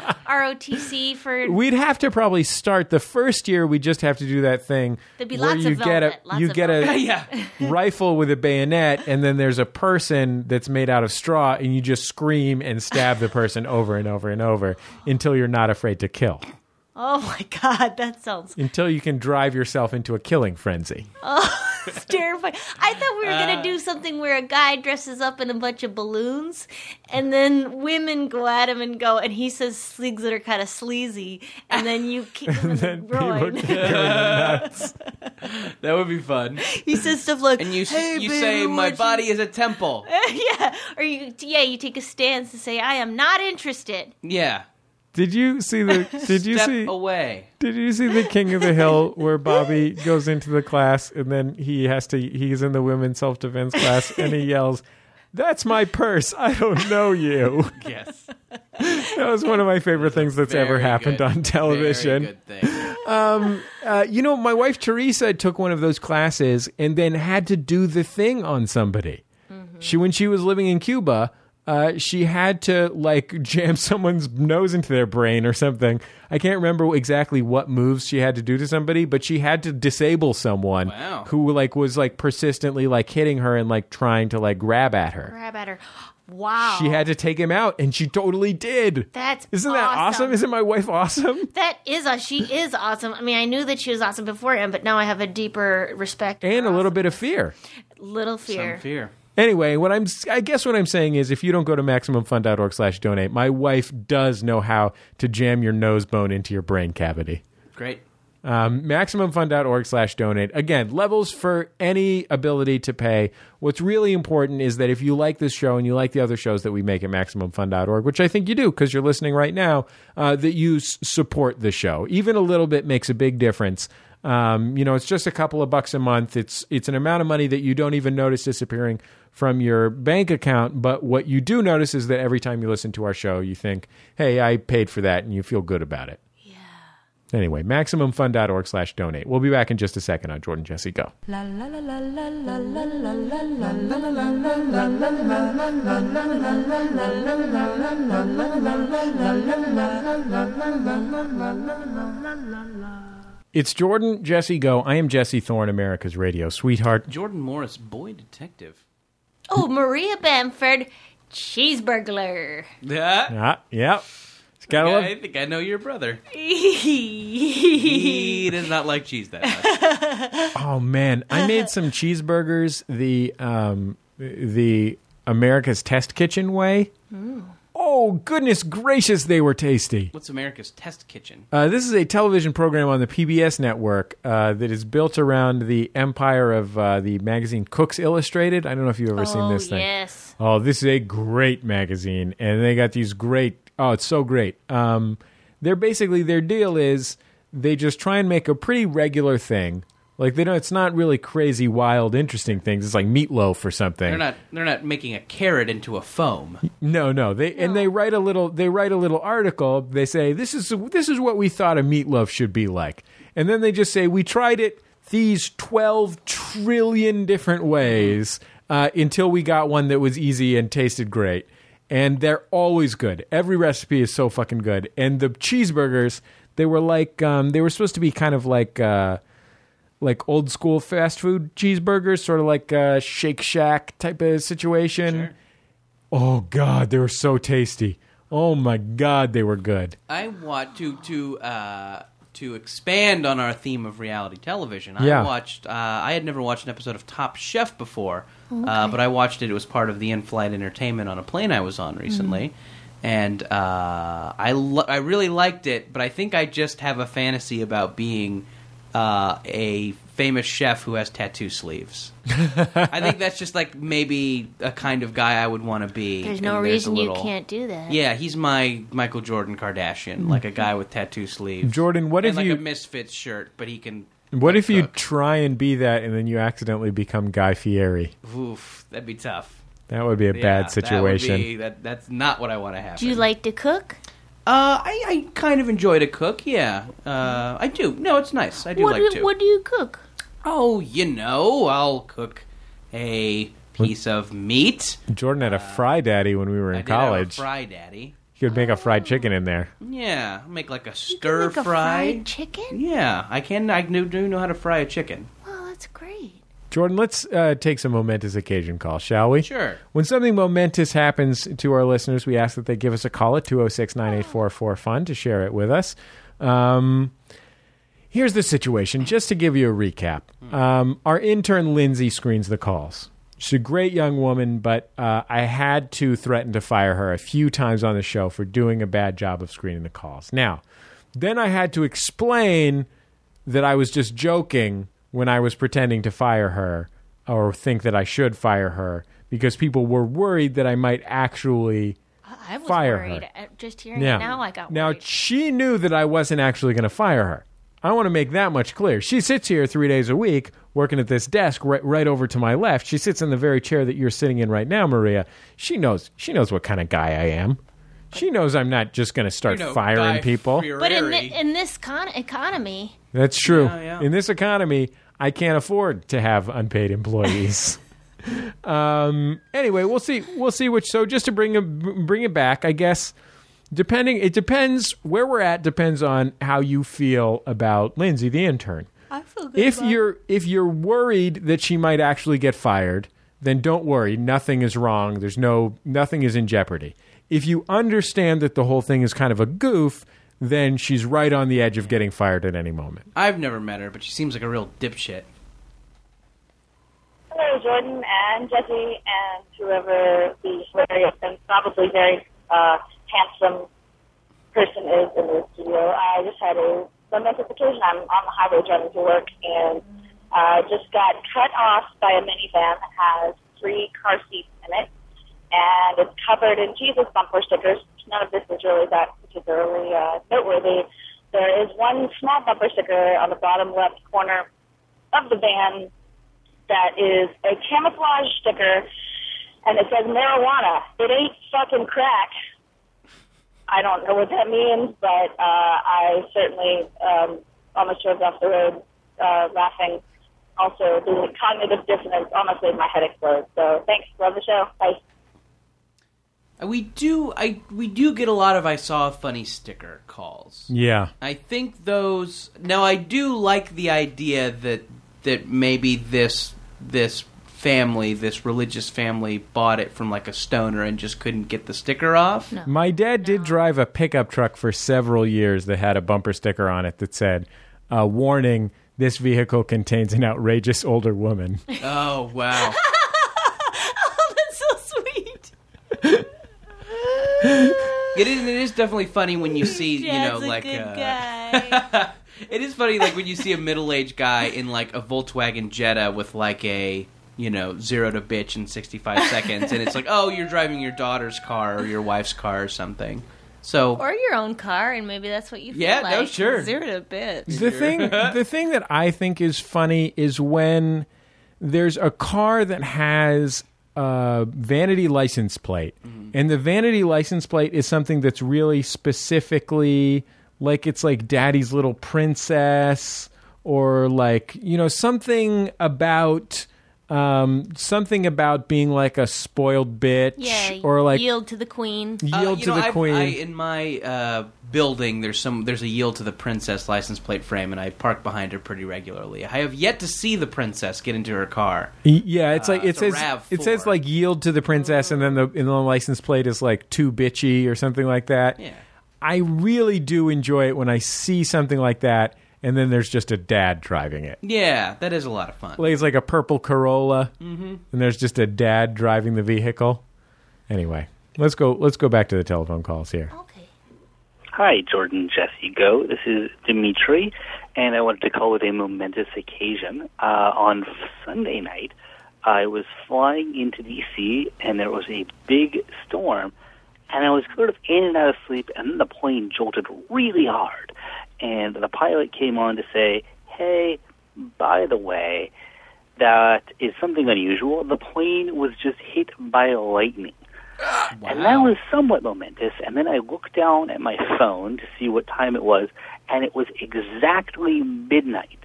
Speaker 5: ROTC for
Speaker 3: We'd have to probably start the first year. We just have to do that thing
Speaker 5: There'd be
Speaker 3: where
Speaker 5: lots
Speaker 3: you
Speaker 5: of
Speaker 3: get a
Speaker 5: velvet, lots
Speaker 3: you
Speaker 5: of
Speaker 3: get
Speaker 4: yeah.
Speaker 3: a rifle with a bayonet, and then there's a person that's made out of straw, and you just scream and stab the person over and over and over until you're not afraid to kill,
Speaker 5: Oh my god, that sounds
Speaker 3: until you can drive yourself into a killing frenzy.
Speaker 5: terrifying. I thought we were gonna do something where a guy dresses up in a bunch of balloons, and then women go at him and go, and he says things that are kind of sleazy, and then you kick him in the groin.
Speaker 4: That would be fun.
Speaker 5: he says stuff like,
Speaker 4: And you s
Speaker 5: "Hey,
Speaker 4: you
Speaker 5: baby,
Speaker 4: say my
Speaker 5: would you-"
Speaker 4: body is a temple.
Speaker 5: yeah, or you, yeah, you take a stance and say, I am not interested.
Speaker 4: Yeah.
Speaker 3: Did you see the? Did you
Speaker 4: Step
Speaker 3: see?
Speaker 4: away.
Speaker 3: Did you see the King of the Hill where Bobby goes into the class and then he has to he's in the women's self defense class and he yells, That's my purse. I don't know you.
Speaker 4: Yes.
Speaker 3: That was one of my favorite things that's ever
Speaker 4: Very
Speaker 3: happened
Speaker 4: good.
Speaker 3: on television.
Speaker 4: Very good thing.
Speaker 3: Uh, you know, my wife Teresa took one of those classes and then had to do the thing on somebody.
Speaker 5: Mm-hmm.
Speaker 3: She, when she was living in Cuba, uh, she had to like jam someone's nose into their brain or something. I can't remember exactly what moves she had to do to somebody, but she had to disable someone
Speaker 4: Wow.
Speaker 3: who like was like persistently like hitting her and like trying to like grab at her.
Speaker 5: Grab at her. Wow.
Speaker 3: She had to take him out, and she totally did.
Speaker 5: That's
Speaker 3: Isn't that awesome?
Speaker 5: awesome.
Speaker 3: Isn't my wife awesome?
Speaker 5: that is a she is awesome. I mean, I knew that she was awesome beforehand, but now I have a deeper respect
Speaker 3: And a little bit of fear.
Speaker 5: little fear.
Speaker 4: Some fear.
Speaker 3: Anyway, what I'm I guess what I'm saying is if you don't go to maximumfun.org slash donate, my wife does know how to jam your nose bone into your brain cavity.
Speaker 4: Great.
Speaker 3: Um, MaximumFun.org slash donate. Again, levels for any ability to pay. What's really important is that if you like this show and you like the other shows that we make at MaximumFun.org, which I think you do because you're listening right now, uh, that you s- support the show. Even a little bit makes a big difference. Um, you know, it's just a couple of bucks a month. It's it's an amount of money that you don't even notice disappearing from your bank account. But what you do notice is that every time you listen to our show, you think, "Hey, I paid for that," and you feel good about it. Anyway, MaximumFun.org slash donate. We'll be back in just a second on Jordan Jesse Go.
Speaker 2: La la la la la la la la la la la.
Speaker 3: It's Jordan Jesse Go. I am Jesse Thorne, America's radio sweetheart.
Speaker 4: Jordan Morris, boy detective.
Speaker 5: Oh, Maria Bamford, cheeseburglar.
Speaker 4: Yeah.
Speaker 3: Ah, yeah. It's gotta love-
Speaker 4: I think I know your brother. he does not like cheese that much.
Speaker 3: Oh man, I made some cheeseburgers the um, the America's Test Kitchen way. Oh goodness gracious, they were tasty.
Speaker 4: What's America's test kitchen?
Speaker 3: Uh, this is a television program on the PBS network uh, that is built around the empire of uh, the magazine Cooks Illustrated. I don't know if you've ever seen
Speaker 5: Oh
Speaker 3: this thing.
Speaker 5: yes.
Speaker 3: Oh, this is a great magazine, and they got these great. Oh, it's so great. Um, they're basically their deal is they just try and make a pretty regular thing. Like they don't. It's not really crazy, wild, interesting things. It's like meatloaf or something.
Speaker 4: They're not. They're not making a carrot into a foam.
Speaker 3: No, no. They and they write a little. They write a little article. They say this is this is what we thought a meatloaf should be like, and then they just say we tried it these twelve trillion different ways uh, until we got one that was easy and tasted great. And they're always good. Every recipe is so fucking good. And the cheeseburgers, they were like um, they were supposed to be kind of like. Uh, like old school fast food cheeseburgers, sort of like a Shake Shack type of situation. Oh God, they were so tasty. Oh my God, they were good.
Speaker 4: I want to to uh, to expand on our theme of reality television. I
Speaker 3: Yeah.
Speaker 4: watched. Uh, I had never watched an episode of Top Chef before, uh, but I watched it. It was part of the in-flight entertainment on a plane I was on
Speaker 5: Mm-hmm.
Speaker 4: recently, and uh, I lo- I really liked it. But I think I just have a fantasy about being uh, a famous chef who has tattoo sleeves. I think that's just like maybe a kind of guy I would want to be.
Speaker 5: There's no
Speaker 4: and
Speaker 5: reason
Speaker 4: little-
Speaker 5: you can't do that.
Speaker 4: yeah, he's my Michael Jordan Kardashian, like a guy with tattoo sleeves.
Speaker 3: Jordan, what
Speaker 4: and
Speaker 3: if
Speaker 4: like
Speaker 3: you-
Speaker 4: a misfits shirt, but he can.
Speaker 3: What if you
Speaker 4: cook.
Speaker 3: try and be that and then you accidentally become Guy Fieri?
Speaker 4: Oof, that'd be tough.
Speaker 3: That would be a
Speaker 4: Yeah,
Speaker 3: bad situation.
Speaker 4: That would be, that, that's not what I want to happen.
Speaker 5: Do you like to cook?
Speaker 4: Uh, I, I kind of enjoy to cook. Yeah, uh, I do. No, it's nice. I do
Speaker 5: what
Speaker 4: like
Speaker 5: do,
Speaker 4: to.
Speaker 5: What do you cook?
Speaker 4: Oh, you know, I'll cook a piece of meat.
Speaker 3: Jordan had a fry daddy when we were in
Speaker 4: uh, I did have a
Speaker 3: college.
Speaker 4: fry daddy.
Speaker 3: He would make a fried chicken in there.
Speaker 4: Yeah, make like a stir
Speaker 5: like a
Speaker 4: fry.
Speaker 5: fried chicken?
Speaker 4: Yeah, I can. I do do know how to fry a chicken.
Speaker 5: Well, that's great.
Speaker 3: Jordan, let's uh, take some momentous occasion call, shall we?
Speaker 4: Sure.
Speaker 3: When something momentous happens to our listeners, we ask that they give us a call at 206 9844 FUN to share it with us. Um, here's the situation, just to give you a recap. Um, our intern, Lindsay, screens the calls. She's a great young woman, but uh, I had to threaten to fire her a few times on the show for doing a bad job of screening the calls. Now, then I had to explain that I was just joking when I was pretending to fire her or think that I should fire her because people were worried that I might actually
Speaker 5: I I was
Speaker 3: Fire
Speaker 5: worried.
Speaker 3: her.
Speaker 5: Uh, Just hearing
Speaker 3: yeah.
Speaker 5: it now, I got
Speaker 3: Now
Speaker 5: worried.
Speaker 3: she knew that I wasn't actually going to fire her. I want to make that much clear. She sits here three days a week working at this desk right, right over to my left. She sits in the very chair that you're sitting in right now, Maria. She knows. She knows what kind of guy I am. She knows I'm not just going to start
Speaker 4: You know, Guy
Speaker 3: firing people.
Speaker 5: but in,
Speaker 4: Fieri.
Speaker 5: thi- in this con- economy,
Speaker 3: That's true.
Speaker 4: yeah.
Speaker 3: In this economy, I can't afford to have unpaid employees. um, anyway, we'll see. We'll see which. So just to bring it, bring it back, I guess. Depending, it depends where we're at. Depends on how you feel about Lindsay, the intern.
Speaker 11: I feel good.
Speaker 3: If
Speaker 11: about
Speaker 3: you're if you're worried that she might actually get fired, then don't worry. Nothing is wrong. There's no nothing is in jeopardy. If you understand that the whole thing is kind of a goof, then she's right on the edge of getting fired at any moment.
Speaker 4: I've never met her, but she seems like a real dipshit.
Speaker 12: Hello, Jordan and Jesse and whoever the hilarious and probably very uh, handsome person is in the studio. I just had a momentous occasion. I'm on the highway driving to work and uh, just got cut off by a minivan that has three car seats in it and it's covered in Jesus bumper stickers. None of this is really that particularly uh, noteworthy. There is one small bumper sticker on the bottom left corner of the van that is a camouflage sticker, and it says marijuana. It ain't fucking crack. I don't know what that means, but uh, I certainly um, almost drove off the road uh, laughing. Also, the cognitive dissonance almost made my head explode. So thanks. Love the show. Bye.
Speaker 4: We do, I we do get a lot of "I saw a funny sticker" calls.
Speaker 3: Yeah.
Speaker 4: I think those. Now, I do like the idea that that maybe this this family, this religious family, bought it from like a stoner and just couldn't get the sticker off.
Speaker 3: My dad did drive a pickup truck for several years that had a bumper sticker on it that said, uh, warning, this vehicle contains an outrageous older woman.
Speaker 4: Oh wow!
Speaker 5: Oh,
Speaker 11: That's so sweet.
Speaker 4: it is. It is definitely funny when you see you know
Speaker 11: Dad's a
Speaker 4: like
Speaker 11: good
Speaker 4: uh,
Speaker 11: guy.
Speaker 4: It is funny, like when you see a middle-aged guy in like a Volkswagen Jetta with like a you know zero to bitch in sixty-five seconds, and it's like, oh, you're driving your daughter's car or your wife's car or something. So uh,
Speaker 7: Or your own car, and maybe that's what you feel
Speaker 4: Yeah,
Speaker 7: like.
Speaker 4: no, sure.
Speaker 7: Zero to bitch.
Speaker 3: the thing the thing that I think is funny is when there's a car that has a vanity license plate. And the vanity license plate is something that's really specifically like it's like daddy's little princess or like, you know, something about um, something about being like a spoiled bitch
Speaker 5: Yeah,
Speaker 3: or like yield,
Speaker 5: yield to the queen.
Speaker 4: Uh, you
Speaker 3: to
Speaker 4: know,
Speaker 3: the
Speaker 4: I've-
Speaker 3: queen.
Speaker 4: I, in my uh, building, there's some there's a yield to the princess license plate frame, and I park behind her pretty regularly. I have yet to see the princess get into her car.
Speaker 3: Y- yeah, it's like
Speaker 4: Uh,
Speaker 3: it
Speaker 4: it's a
Speaker 3: says
Speaker 4: RAV4.
Speaker 3: it says like yield to the princess, and then the and the license plate is like too bitchy or something like that.
Speaker 4: Yeah.
Speaker 3: I really do enjoy it when I see something like that, and then there's just a dad driving it.
Speaker 4: Yeah, that is a lot of fun.
Speaker 3: Like, It's like a purple Corolla,
Speaker 4: Mm-hmm.
Speaker 3: and there's just a dad driving the vehicle. Anyway, let's go. Let's go back to the telephone calls here.
Speaker 5: Okay.
Speaker 12: Hi, Jordan, Jesse, Go. This is Dimitri, and I wanted to call it a momentous occasion. Uh, on Sunday night, I was flying into D.C., and there was a big storm, and I was sort of in and out of sleep, and then the plane jolted really hard, and the pilot came on to say, hey, by the way, that is something unusual. The plane was just hit by lightning. And that was somewhat momentous. And then I looked down at my phone to see what time it was, and it was exactly midnight.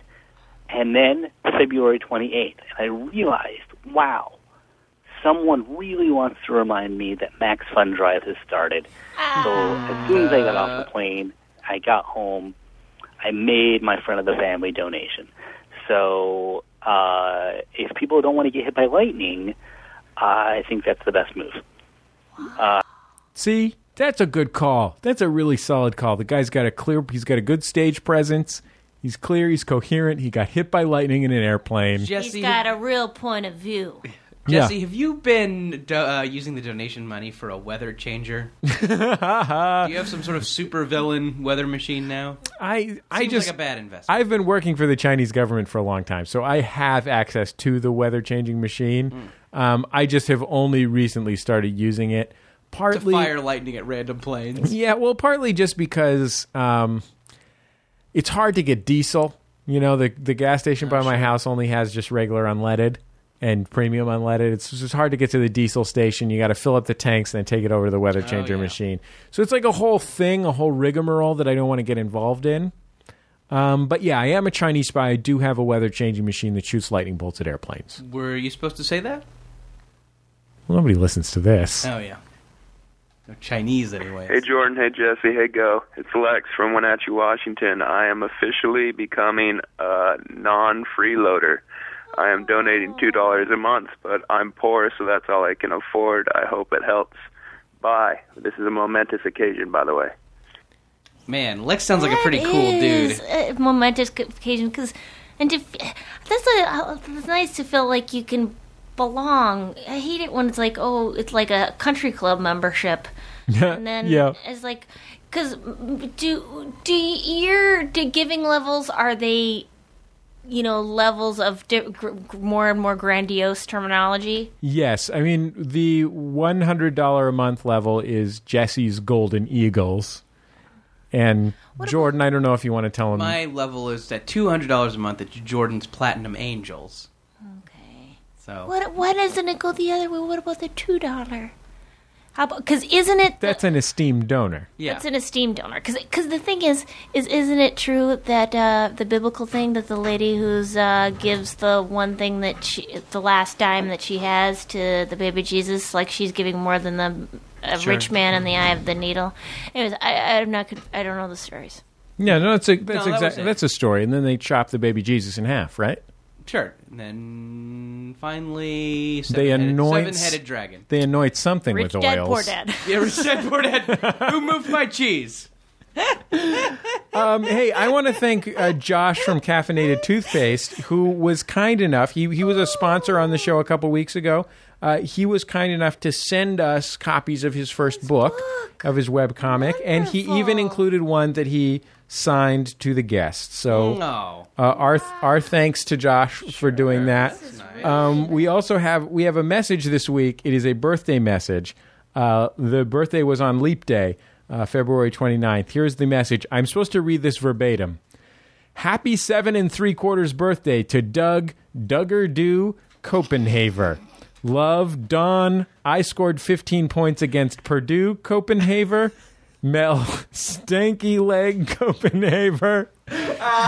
Speaker 12: And then February 28th. And I realized, wow, someone really wants to remind me that Max Fun Drive has started. So as soon as I got off the plane, I got home, I made my friend of the family donation. So uh, if people don't want to get hit by lightning, I think that's the best move.
Speaker 3: See, that's a good call. That's a really solid call. The guy's got a clear. He's got a good stage presence. He's clear. He's coherent. He got hit by lightning in an airplane.
Speaker 4: Jesse,
Speaker 5: He's got a real point of view.
Speaker 4: Jesse,
Speaker 3: Yeah.
Speaker 4: have you been do- uh, using the donation money for a weather changer? Do you have some sort of super villain weather machine now?
Speaker 3: I I
Speaker 4: Seems
Speaker 3: just
Speaker 4: like a bad investment.
Speaker 3: I've been working for the Chinese government for a long time, so I have access to the weather changing machine.
Speaker 4: Mm.
Speaker 3: Um, I just have only recently started using it.
Speaker 4: to
Speaker 3: Partly,
Speaker 4: fire lightning at random planes.
Speaker 3: Yeah, well, partly just because um, it's hard to get diesel. You know, the the gas station by my house only has just regular unleaded and premium unleaded. It's just hard to get to the diesel station. You got to fill up the tanks and then take it over to the weather changer
Speaker 4: Oh, yeah.
Speaker 3: machine. So it's like a whole thing, a whole rigmarole that I don't want to get involved in. Um, but yeah, I am a Chinese spy. I do have a weather changing machine that shoots lightning bolts at airplanes.
Speaker 4: Were you supposed to say that?
Speaker 3: Well, nobody listens to this.
Speaker 4: Oh yeah. No Chinese anyway.
Speaker 13: Hey Jordan, hey Jesse, hey Go. It's Lex from Wenatchee, Washington. I am officially becoming a non-freeloader. I am donating two dollars a month, but I'm poor, so that's all I can afford. I hope it helps. Bye. This is a momentous occasion, by the way.
Speaker 4: Man, Lex sounds like a pretty
Speaker 5: That
Speaker 4: cool
Speaker 5: is
Speaker 4: dude.
Speaker 5: A Uh, momentous c- occasion because, and to, f- that's a uh, it's nice to feel like you can belong. I hate it when it's like oh, it's like a country club membership, and then
Speaker 3: yeah.
Speaker 5: it's like because do do your do giving levels are they. You know, levels of di- gr- gr- more and more grandiose terminology.
Speaker 3: Yes, I mean the one hundred dollar a month level is Jesse's Golden Eagles, and Jordan. I don't know if you want to tell him.
Speaker 4: My level is at two hundred dollars a month at Jordan's Platinum Angels.
Speaker 5: Okay.
Speaker 4: So
Speaker 5: What? Why doesn't it go the other way? What about the two dollar? How about? Because isn't it the-
Speaker 3: that's an esteemed donor.
Speaker 4: yeah,
Speaker 5: It's an esteemed donor because the thing is is isn't it true that uh, the biblical thing that the lady who's uh, gives the one thing that she the last dime that she has to the baby Jesus like she's giving more than the uh, rich man in the eye of the needle. Anyways, I I'm not con- I don't know the stories.
Speaker 3: Yeah, no, that's a that's
Speaker 4: No, that was
Speaker 3: exactly
Speaker 4: it.
Speaker 3: that's a story. And then they chop the baby Jesus in half, right?
Speaker 4: sure. And then finally,
Speaker 3: They
Speaker 4: seven-headed,
Speaker 3: anoint
Speaker 4: seven-headed dragon.
Speaker 3: They anoint something
Speaker 5: Rich
Speaker 3: with
Speaker 5: dad,
Speaker 3: oils.
Speaker 5: poor dad.
Speaker 4: Yeah, we said poor dad. Who moved my cheese?
Speaker 3: Um, hey, I want to thank uh, Josh from Caffeinated Toothpaste, who was kind enough. He he was a sponsor on the show a couple weeks ago. Uh, he was kind enough to send us copies of his first book, of his webcomic, and he even included one that he signed to the guests. So
Speaker 4: No.
Speaker 3: uh, our our thanks to Josh for doing that. Um, we also have we have a message this week. It is a birthday message. Uh, the birthday was on Leap Day, uh, February 29th. Here's the message. I'm supposed to read this verbatim. Happy seven and three quarters birthday to Doug Dugger Do Copenhaver. Love Don. I scored 15 points against Purdue Copenhaver. Mel Stanky Leg Copenhaver.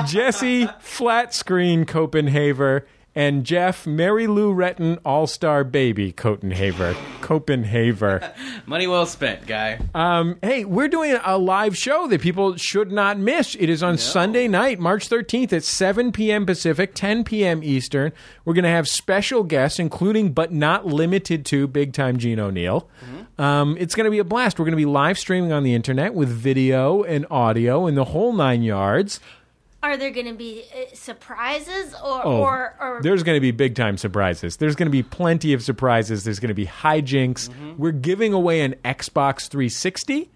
Speaker 3: Jesse Flat Screen Copenhaver and Jeff Mary Lou Retton All Star Baby Copenhaver. Copenhaver.
Speaker 4: Money well spent, guy.
Speaker 3: Um, hey, we're doing a live show that people should not miss. It is on Sunday night, March 13th at 7 p.m. Pacific, 10 p.m. Eastern. We're going to have special guests, including but not limited to big time Gene O'Neill. Um, it's going to be a blast. We're going to be live streaming on the internet with video and audio and the whole nine yards.
Speaker 5: Are there going to be uh, surprises or
Speaker 3: Oh,
Speaker 5: or, or
Speaker 3: there's going to be big time surprises. There's going to be plenty of surprises. There's going to be hijinks. We're giving away an Xbox 360.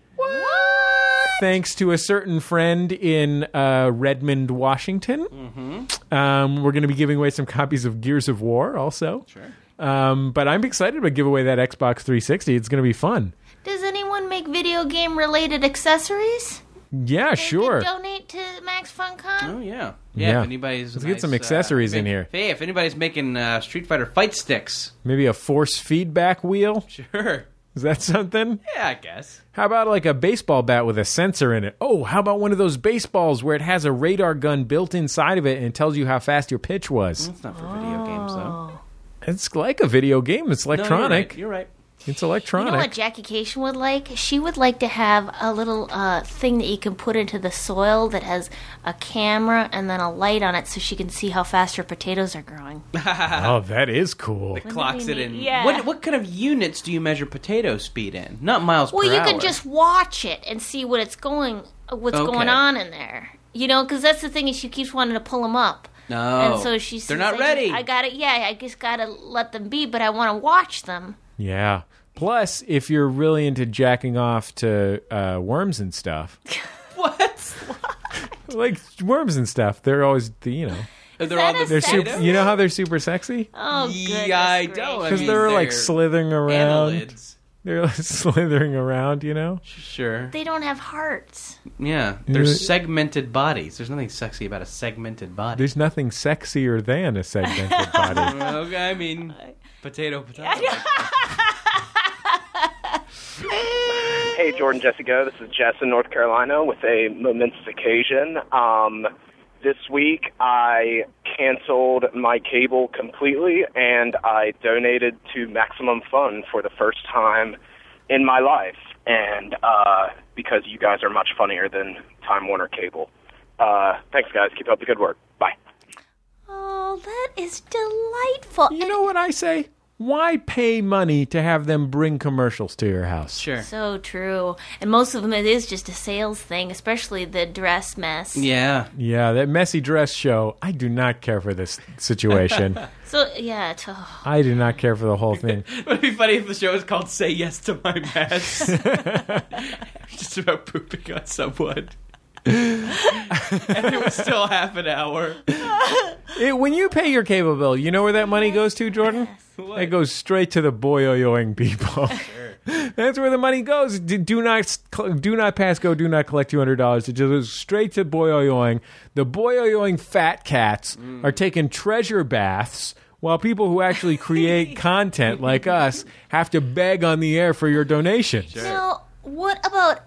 Speaker 3: Thanks to a certain friend in uh, Redmond, Washington. Um, we're going to be giving away some copies of Gears of War also. Sure. Um, but I'm excited about give away that Xbox 360. It's going to be fun.
Speaker 5: does anyone make video game related accessories?
Speaker 3: Yeah, sure.
Speaker 5: Donate to Max FunCon.
Speaker 4: Oh yeah, yeah.
Speaker 3: Yeah.
Speaker 4: If anybody's
Speaker 3: Let's
Speaker 4: a
Speaker 3: get some
Speaker 4: nice,
Speaker 3: accessories
Speaker 4: uh,
Speaker 3: in
Speaker 4: ma-
Speaker 3: here.
Speaker 4: Hey, if anybody's making uh, Street Fighter fight sticks,
Speaker 3: Maybe a force feedback wheel.
Speaker 4: sure.
Speaker 3: Is that something?
Speaker 4: Yeah, I guess.
Speaker 3: How about like a baseball bat with a sensor in it? Oh, how about one of those baseballs where it has a radar gun built inside of it and it tells you how fast your pitch was?
Speaker 4: It's not for video games
Speaker 5: Oh.
Speaker 4: though.
Speaker 3: It's like a video game. It's
Speaker 4: Mm-hmm. No,
Speaker 3: electronic.
Speaker 4: You're right.
Speaker 3: It's
Speaker 5: You
Speaker 3: electronic.
Speaker 5: know what Jackie Cation would like? She would like to have a little uh, thing that you can put into the soil that has a camera and then a light on it so she can see how fast her potatoes are growing.
Speaker 4: uh,
Speaker 3: oh, that is cool.
Speaker 4: You're right. Clocks it in.
Speaker 5: Yeah.
Speaker 4: What what kind of units do you measure potato speed in? Not miles
Speaker 5: Well,
Speaker 4: per
Speaker 5: you
Speaker 4: hour.
Speaker 5: can just watch it and see what it's going, what's
Speaker 4: Okay.
Speaker 5: going on in there. You know, because that's the thing is she keeps wanting to pull them up.
Speaker 4: No.
Speaker 5: And so she says,
Speaker 4: Oh, They're not
Speaker 5: I,
Speaker 4: ready.
Speaker 5: I got to Yeah, I just got to let them be, but I want to watch them.
Speaker 3: Yeah. Plus, if you're really into jacking off to uh, worms and stuff,
Speaker 4: what?
Speaker 3: like worms and stuff, they're always, the, you know,
Speaker 4: They're
Speaker 5: that
Speaker 4: all
Speaker 5: a
Speaker 4: the
Speaker 3: they're
Speaker 5: Sexy?
Speaker 3: super. You know how they're super sexy?
Speaker 5: Oh, goodness
Speaker 4: Yeah, I
Speaker 5: gracious.
Speaker 4: don't. I
Speaker 3: Because
Speaker 4: mean,
Speaker 3: they're
Speaker 4: they're
Speaker 3: like slithering around.
Speaker 4: annelids.
Speaker 3: They're like slithering around, you know?
Speaker 4: Sure.
Speaker 5: They don't have hearts.
Speaker 4: Yeah. They're
Speaker 3: Yeah.
Speaker 4: segmented bodies. There's nothing sexy about a segmented body.
Speaker 3: There's nothing sexier than a segmented body.
Speaker 4: okay, I mean, potato, potato.
Speaker 12: Hey, Jordan, Jessica. This is Jess in North Carolina with a momentous occasion. Um, this week, I canceled my cable completely and I donated to Maximum Fun for the first time in my life. And uh, because you guys are much funnier than Time Warner Cable. Uh, thanks, guys. Keep up the good work. Bye.
Speaker 5: Oh, that is delightful.
Speaker 3: You know what I say? Why pay money to have them bring commercials to your house?
Speaker 4: Sure.
Speaker 5: So true. And most of them, it is just a sales thing, especially the dress mess.
Speaker 4: Yeah.
Speaker 3: Yeah, that messy dress show. I do not care for this situation.
Speaker 5: So, yeah. It's, oh.
Speaker 3: I do not care for the whole thing.
Speaker 4: Would it be funny if the show was called "Say Yes to My Mess"? Just about pooping on someone. and it was still half an hour.
Speaker 3: It- when you pay your cable bill, you know where that money goes to, Jordan? It goes straight to the boyoyoing people. That's where the money goes. D- Do not, do not pass go. Do not collect two hundred dollars. It just goes straight to boyoyoing. The boyoyoing fat cats are taking treasure baths, while people who actually create content like us have to beg on the air for your donations.
Speaker 5: Now, what about.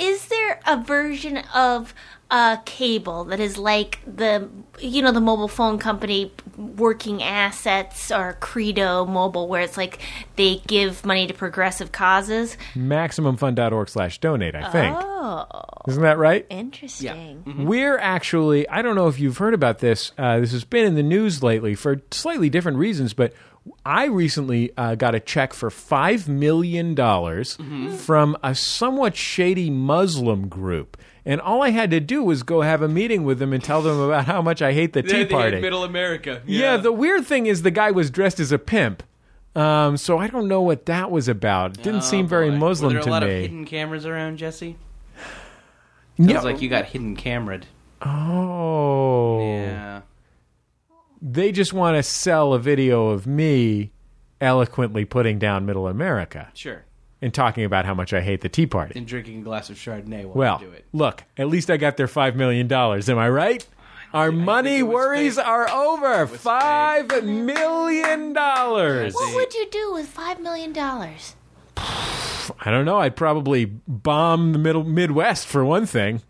Speaker 5: Is there a version of uh, cable that is like the, you know, the mobile phone company working assets or Credo Mobile, where it's like they give money to progressive causes?
Speaker 3: MaximumFun.org/donate. I think
Speaker 5: Oh,
Speaker 3: isn't that right? Mm-hmm.
Speaker 5: interesting.
Speaker 3: We're actually, I don't know if you've heard about this. Uh, this has been in the news lately for slightly different reasons, but I recently uh, got a check for $5 million from a somewhat shady Muslim group. And all I had to do was go have a meeting with them and tell them about how much I hate the Tea Party.
Speaker 4: Middle America.
Speaker 3: yeah. the weird thing is the guy was dressed as a pimp. Um, so I don't know what that was about. It didn't seem very Muslim
Speaker 4: Oh, Were there
Speaker 3: to
Speaker 4: a lot
Speaker 3: me.
Speaker 4: of hidden cameras around, Jesse?
Speaker 3: No.
Speaker 4: Sounds like you got hidden cameraed.
Speaker 3: oh.
Speaker 4: Yeah.
Speaker 3: they just want to sell a video of me eloquently putting down middle America
Speaker 4: Sure.
Speaker 3: and talking about how much I hate the Tea Party.
Speaker 4: And drinking a glass of Chardonnay while
Speaker 3: Well,
Speaker 4: you do it.
Speaker 3: look, at least I got their $5 million. Am I right? Our money
Speaker 4: it was
Speaker 3: worries
Speaker 4: fake.
Speaker 3: are over. $5 million. dollars.
Speaker 5: What would you do with $5 million?
Speaker 3: I don't know. I'd probably bomb the middle Midwest for one thing.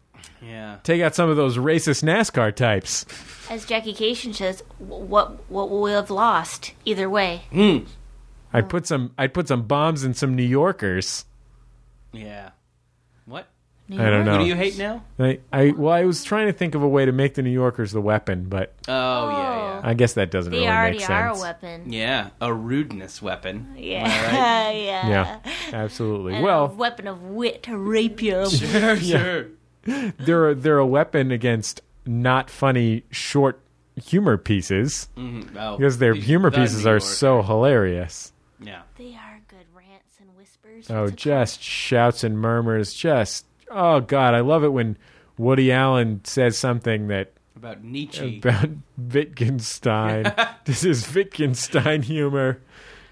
Speaker 4: Yeah.
Speaker 3: Take out some of those racist NASCAR types.
Speaker 5: As Jackie Cation says, w- what what will we have lost either way?
Speaker 3: Hmm. I'd put some I'd put some bombs in some New Yorkers.
Speaker 4: Yeah. What?
Speaker 3: I don't know.
Speaker 4: Who do you hate now?
Speaker 3: I, I well, I was trying to think of a way to make the New Yorkers the weapon, but
Speaker 4: Oh, yeah,
Speaker 3: I guess that doesn't
Speaker 5: They
Speaker 3: really
Speaker 5: already
Speaker 3: make sense.
Speaker 5: are a weapon.
Speaker 4: yeah. Yeah. A rudeness weapon.
Speaker 5: Yeah, yeah.
Speaker 3: Yeah, absolutely.
Speaker 5: And a
Speaker 3: well,
Speaker 5: weapon of wit to rape you.
Speaker 4: Sure, sure.
Speaker 3: they're they're a weapon against not funny short humor pieces
Speaker 4: Mhm. Oh,
Speaker 3: because their
Speaker 4: the-
Speaker 3: humor
Speaker 4: the
Speaker 3: pieces
Speaker 4: New
Speaker 3: are
Speaker 4: York.
Speaker 3: so hilarious.
Speaker 4: Yeah.
Speaker 5: They are good rants and whispers.
Speaker 3: Oh,
Speaker 5: What's it
Speaker 3: just shouts and murmurs. Just oh god, I love it when Woody Allen says something that
Speaker 4: About Nietzsche.
Speaker 3: about Wittgenstein. this is Wittgenstein humor.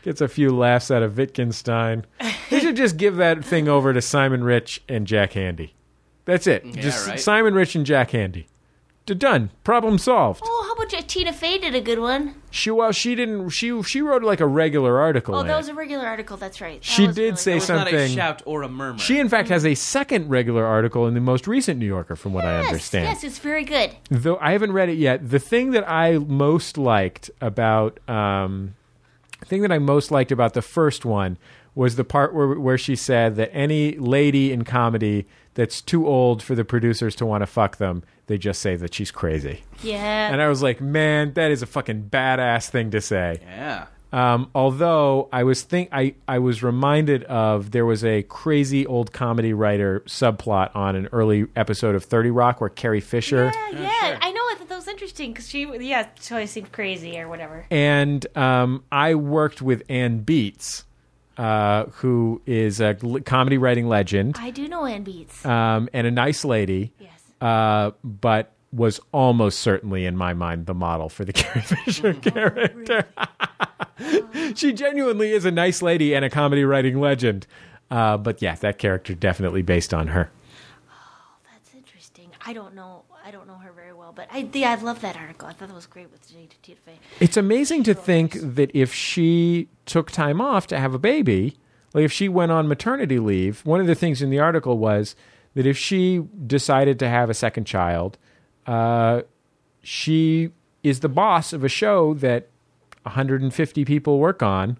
Speaker 3: Gets a few laughs out of Wittgenstein. They should just give that thing over to Simon Rich and Jack Handy. That's it. just
Speaker 4: right.
Speaker 3: Simon Rich and Jack Handy. D- Done. Problem solved.
Speaker 5: called? Oh, how about you? Tina Fey did a good one.
Speaker 3: She well, she didn't. She she wrote like a regular article.
Speaker 5: Oh,
Speaker 3: in
Speaker 5: that
Speaker 3: it.
Speaker 5: was a regular article. That's right. That
Speaker 3: She
Speaker 5: was
Speaker 3: did
Speaker 5: really
Speaker 3: say
Speaker 5: good.
Speaker 4: It's not a
Speaker 3: something-
Speaker 4: shout or a murmur.
Speaker 3: she in fact has a second regular article in the most recent New Yorker, from what I
Speaker 5: Yes,
Speaker 3: understand.
Speaker 5: Yes, it's very good.
Speaker 3: though I haven't read it yet, the thing that I most liked about um, the thing that I most liked about the first one was the part where where she said that any lady in comedy that's too old for the producers to want to fuck them, they just say that she's crazy.
Speaker 5: Yeah.
Speaker 3: And uh, I was like, man, that is a fucking badass thing to say.
Speaker 4: yeah.
Speaker 3: Um, although I was think I, I was reminded of there was a crazy old comedy writer subplot on an early episode of Thirty Rock where Carrie Fisher
Speaker 6: yeah, I know. I thought that was interesting because she, yeah, she always seemed crazy or whatever.
Speaker 3: and um, I worked with Ann Beats, uh, who is a l- comedy writing legend
Speaker 5: I do know Ann Beats.
Speaker 3: um, and a nice lady,
Speaker 5: yes.
Speaker 3: uh, but was almost certainly in my mind the model for the Carrie Fisher character. she genuinely is a nice lady and a comedy writing legend. Uh, but yeah, that character definitely based on her.
Speaker 5: That's interesting. I don't know. I don't know her very well, but I yeah, I love that article. I thought that was great with Jada Tina Fey.
Speaker 3: It's amazing to think that if she took time off to have a baby, like if she went on maternity leave, one of the things in the article was that if she decided to have a second child, uh, she is the boss of a show that 150 people work on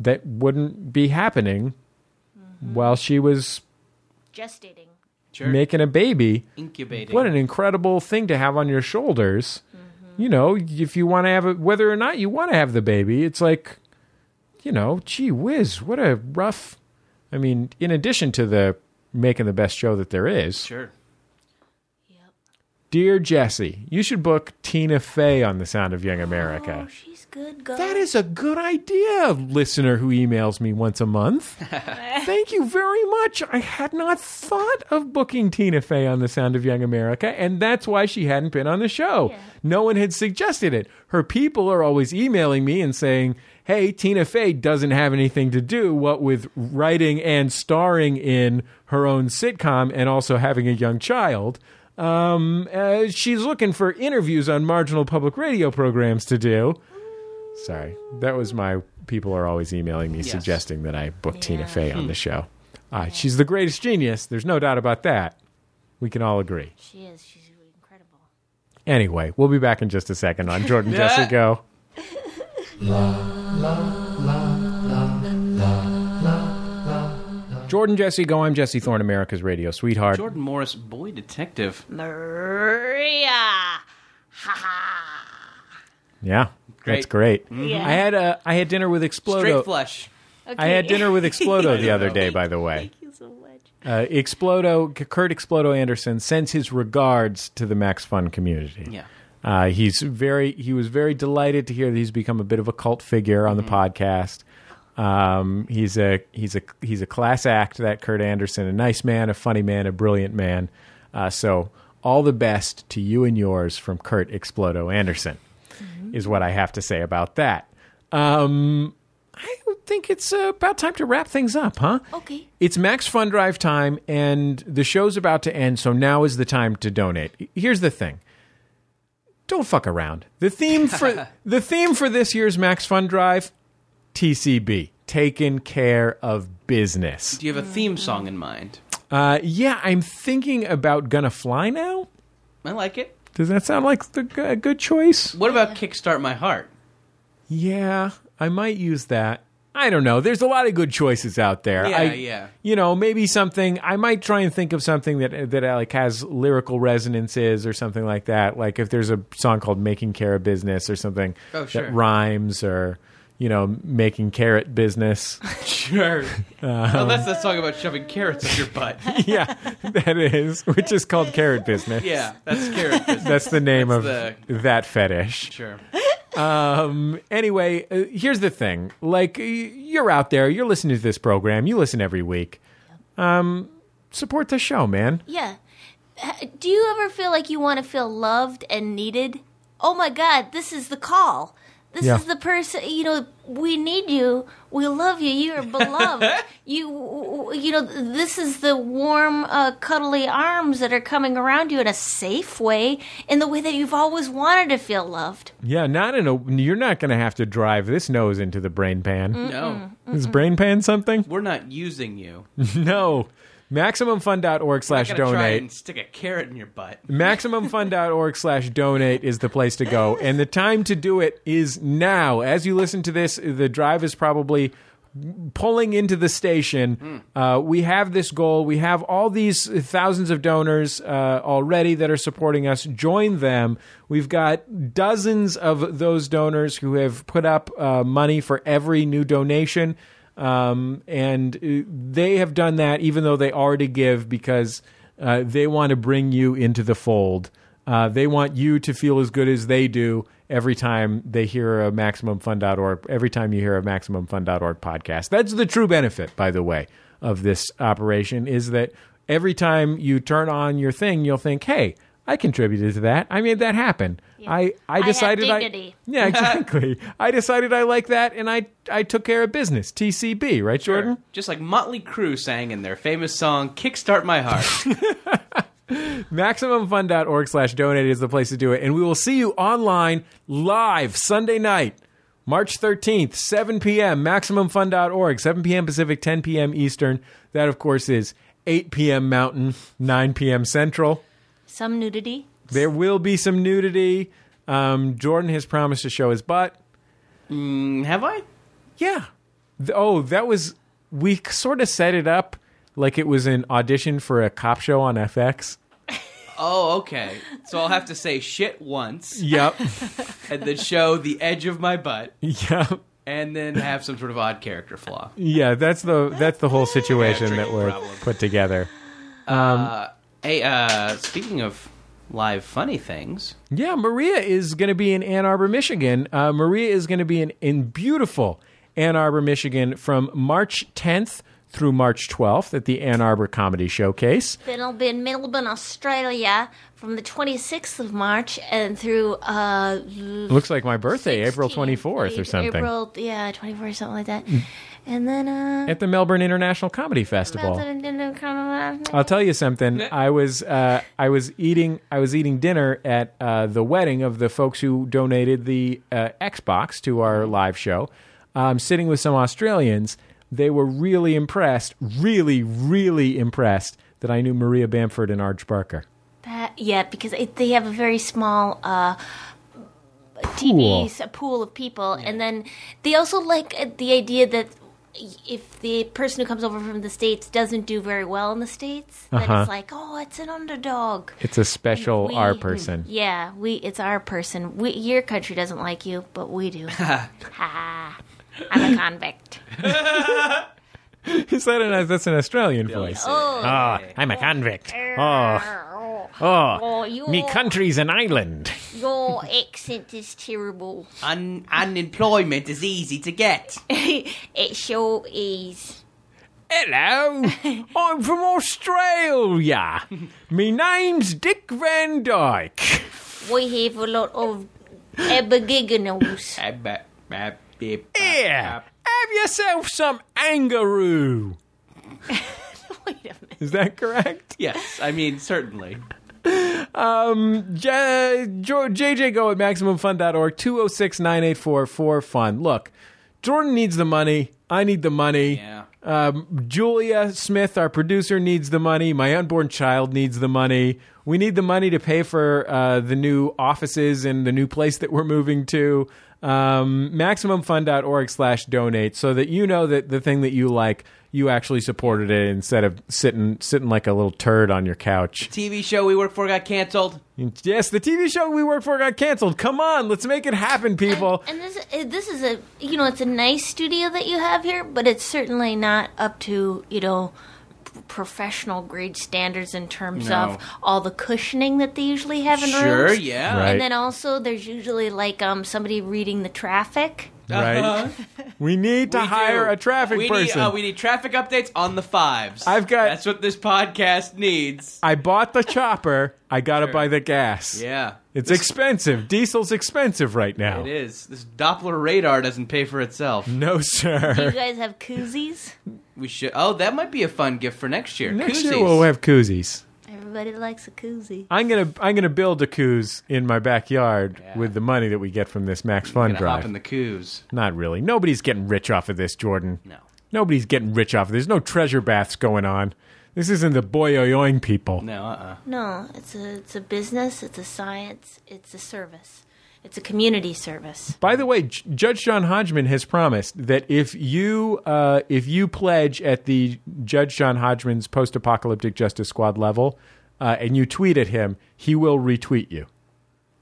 Speaker 3: that wouldn't be happening while she was
Speaker 5: Gestating.
Speaker 4: Sure.
Speaker 3: making a baby.
Speaker 4: Incubating.
Speaker 3: What an incredible thing to have on your shoulders. You know, if you want to have it, whether or not you want to have the baby, it's like, you know, gee whiz, what a rough. I mean, in addition to the making the best show that there is,
Speaker 4: Sure.
Speaker 3: dear Jesse, you should book Tina Fey on The Sound of Young America.
Speaker 5: Oh, she's good. Go.
Speaker 3: That is a good idea, listener who emails me once a month. Thank you very much. I had not thought of booking Tina Fey on The Sound of Young America, and that's why she hadn't been on the show. No one had suggested it. Her people are always emailing me and saying, Hey, Tina Fey doesn't have anything to do, what with writing and starring in her own sitcom and also having a young child. Um, uh, she's looking for interviews on marginal public radio programs to do. Sorry. That was my people are always emailing me suggesting that I book Tina Fey on
Speaker 4: Hmm.
Speaker 3: the show. Uh, she's the greatest genius. There's no doubt about that. We can all agree.
Speaker 5: She is. She's incredible.
Speaker 3: Anyway, we'll be back in just a second on Jordan Jesse Go. Jordan Jesse Go. I'm Jesse Thorne, America's radio sweetheart.
Speaker 4: Jordan Morris, boy detective.
Speaker 5: Maria.
Speaker 3: Yeah, that's great. I had a I had dinner with
Speaker 4: Mm-hmm. Straight
Speaker 3: Explodo.
Speaker 4: flush.
Speaker 3: I had dinner with Explodo the other
Speaker 4: know.
Speaker 3: day, by the way.
Speaker 5: Thank you so much.
Speaker 3: Uh, Explodo, Kurt Explodo Anderson sends his regards to the Max Fun community.
Speaker 4: Yeah.
Speaker 3: Uh, he's very he was very delighted to hear that he's become a bit of a cult figure on the podcast. Um, he's a he's a he's a class act that Kurt Anderson, a nice man, a funny man, a brilliant man. Uh, so all the best to you and yours from Kurt Explodo Anderson is what I have to say about that. Um, I think it's uh, about time to wrap things up, huh?
Speaker 5: Okay.
Speaker 3: It's Max Fund Drive time, and the show's about to end, so now is the time to donate. Here's the thing: don't fuck around. The theme for the theme for this year's Max Fund Drive, TCB, taken care of business.
Speaker 4: Do you have a theme song in mind?
Speaker 3: Uh, yeah, I'm thinking about Gonna Fly Now.
Speaker 4: I like it.
Speaker 3: Does that sound like the, g- a good choice?
Speaker 4: What about Kickstart My Heart?
Speaker 3: Yeah, I might use that. I don't know. There's a lot of good choices out there.
Speaker 4: Yeah,
Speaker 3: I,
Speaker 4: yeah.
Speaker 3: You know, maybe something. I might try and think of something that that uh, like has lyrical resonances or something like that. Like if there's a song called "Making Carrot Business" or something
Speaker 4: Oh, sure.
Speaker 3: that rhymes, or you know, "Making Carrot Business."
Speaker 4: Sure. oh, that's that song about shoving carrots up your butt.
Speaker 3: yeah, that is, which is called "Carrot Business."
Speaker 4: Yeah, that's carrot business.
Speaker 3: that's the name
Speaker 4: That's
Speaker 3: of that fetish.
Speaker 4: Sure.
Speaker 3: um, anyway, uh, here's the thing. Like, y- you're out there, you're listening to this program, you listen every week. Um, support the show, man.
Speaker 5: Yeah. H- Do you ever feel like you want to feel loved and needed? Oh my God, this is the call. This
Speaker 3: Yeah.
Speaker 5: is the person. You know, we need you. We love you. You are beloved. you, you know, this is the warm, uh, cuddly arms that are coming around you in a safe way, in the way that you've always wanted to feel loved.
Speaker 3: Yeah, not in a. You're not going to have to drive this nose into the brain pan.
Speaker 4: No,
Speaker 3: Is brain pan something?
Speaker 4: we're not using you.
Speaker 3: no. MaximumFun.org
Speaker 4: I
Speaker 3: slash
Speaker 4: gotta try and
Speaker 3: donate.
Speaker 4: stick a carrot in your butt.
Speaker 3: MaximumFun.org slash donate is the place to go. And the time to do it is now. As you listen to this, the drive is probably pulling into the station. Uh, we have this goal. We have all these thousands of donors uh, already that are supporting us. Join them. We've got dozens of those donors who have put up uh, money for every new donation. Um, and uh, they have done that even though they already give because uh, they want to bring you into the fold. Uh, they want you to feel as good as they do every time they hear a MaximumFun.org, every time you hear a MaximumFun.org podcast. That's the true benefit, by the way, of this operation is that every time you turn on your thing, you'll think, hey, I contributed to that. I made that happen. I, I
Speaker 5: have
Speaker 3: decided
Speaker 5: dignity.
Speaker 3: yeah, exactly. I decided I like that, and I I took care of business. TCB, right, Jordan?
Speaker 4: Just like Motley Crue sang in their famous song "Kickstart My Heart."
Speaker 3: MaximumFun.org slash donate is the place to do it. And we will see you online live Sunday night, March 13th, 7 p.m. MaximumFun.org, 7 p.m. Pacific, 10 p.m. Eastern. That, of course, is 8 p.m. Mountain, 9 p.m. Central.
Speaker 5: Some nudity.
Speaker 3: There will be some nudity. Um, Jordan has promised to show his butt.
Speaker 4: Mm, Have I?
Speaker 3: Yeah. Th- Oh, that was we sort of set it up like it was an audition for a cop show on FX.
Speaker 4: Oh, okay. So I'll have to say shit once,
Speaker 3: Yep.
Speaker 4: and then show the edge of my butt,
Speaker 3: yep.
Speaker 4: and then have some sort of odd character flaw.
Speaker 3: Yeah, that's the that's the whole situation
Speaker 4: tricky
Speaker 3: that we're
Speaker 4: problem.
Speaker 3: put together.
Speaker 4: Uh, hey, uh, speaking of live funny things,
Speaker 3: Yeah, Maria is going to be in Ann Arbor, Michigan. Uh, Maria is going to be in, in beautiful Ann Arbor, Michigan from March 10th through March 12th at the Ann Arbor Comedy Showcase.
Speaker 5: Then I'll be in Melbourne, Australia, from the 26th of March and through uh,
Speaker 3: Looks like my birthday, April
Speaker 5: 16th,
Speaker 3: 24th or
Speaker 5: April-
Speaker 3: something. Mm.
Speaker 5: April, yeah, 24th, something like that. and then, uh,
Speaker 3: At the Melbourne International Comedy Festival. I'll tell you something. I was uh, I was eating I was eating dinner at uh, the wedding of the folks who donated the uh, Xbox to our live show. Um, sitting with some Australians, they were really impressed, really, really impressed that I knew Maria Bamford and Arch Barker.
Speaker 5: that, uh, yeah, because it, they have a very small uh,
Speaker 3: Pool.
Speaker 5: TV s- a pool of people, and then they also like uh, the idea that if the person who comes over from the states doesn't do very well in the states, that
Speaker 3: Uh-huh.
Speaker 5: it's like, oh, it's an underdog.
Speaker 3: It's a special
Speaker 5: We-
Speaker 3: R person.
Speaker 5: Yeah, we. It's our person. We, your country doesn't like you, but we do. ha! I'm a convict.
Speaker 3: Is that an, that's an Australian voice? Ah, I'm a convict. Oh, oh,
Speaker 5: Oh, your,
Speaker 3: me country's an island.
Speaker 5: your accent is terrible.
Speaker 4: un- unemployment is easy to get.
Speaker 5: It sure is.
Speaker 3: Hello, I'm from Australia. Me name's Dick Van Dyke.
Speaker 5: We have a lot of aboriginals.
Speaker 3: Here, have yourself some angaroo. Is that correct?
Speaker 4: yes, I mean certainly.
Speaker 3: J- Jo- JJ Go at MaximumFun.org, 206 984 4FUN. Look, Jordan needs the money. I need the money.
Speaker 4: Yeah.
Speaker 3: Um, Julia Smith, our producer, needs the money. My unborn child needs the money. We need the money to pay for uh, the new offices and the new place that we're moving to. Um, MaximumFund.org slash donate so that you know that the thing that you like, you actually supported it instead of sitting sitting like a little turd on your couch.
Speaker 4: TV show we work for got canceled.
Speaker 3: Yes, the TV show we work for got canceled. Come on, let's make it happen, people.
Speaker 7: And this uh, this is a you know it's a nice studio that you have here, but it's certainly not up to you know p- professional grade standards in terms
Speaker 4: No.
Speaker 7: of all the cushioning that they usually have in
Speaker 4: Sure,
Speaker 7: rooms.
Speaker 4: yeah.
Speaker 3: Right.
Speaker 7: And then also there's usually like um somebody reading the traffic.
Speaker 3: Right? Uh-huh. We need to
Speaker 4: We do.
Speaker 3: hire a traffic
Speaker 4: we
Speaker 3: person.
Speaker 4: Need, uh, we need traffic updates on the fives.
Speaker 3: I've got-
Speaker 4: That's what this podcast needs.
Speaker 3: I bought the chopper. I got to buy the gas.
Speaker 4: Yeah.
Speaker 3: It's expensive. Diesel's expensive right now.
Speaker 4: It is. This Doppler radar doesn't pay for itself.
Speaker 3: No,
Speaker 7: Do you
Speaker 3: sir.
Speaker 7: guys have koozies?
Speaker 4: We should. Oh, that might be a fun gift for next year.
Speaker 3: Next
Speaker 4: Koozies.
Speaker 3: year we'll have koozies.
Speaker 7: Everybody likes a koozie.
Speaker 3: I'm gonna I'm gonna build a coos in my backyard with the money that we get from this Max Fun
Speaker 4: Gonna hop
Speaker 3: drive.
Speaker 4: in the coos.
Speaker 3: Not really. Nobody's getting rich off of this, Jordan.
Speaker 4: No.
Speaker 3: Nobody's getting rich off of this. There's no treasure baths going on. This isn't the boyoyoing people.
Speaker 4: No. Uh. uh
Speaker 7: No, it's a it's a business, it's a science, it's a service. It's a community service.
Speaker 3: By the way, J- Judge John Hodgman has promised that if you uh, if you pledge at the Judge John Hodgman's post-apocalyptic justice squad level, uh, and you tweet at him, he will retweet you.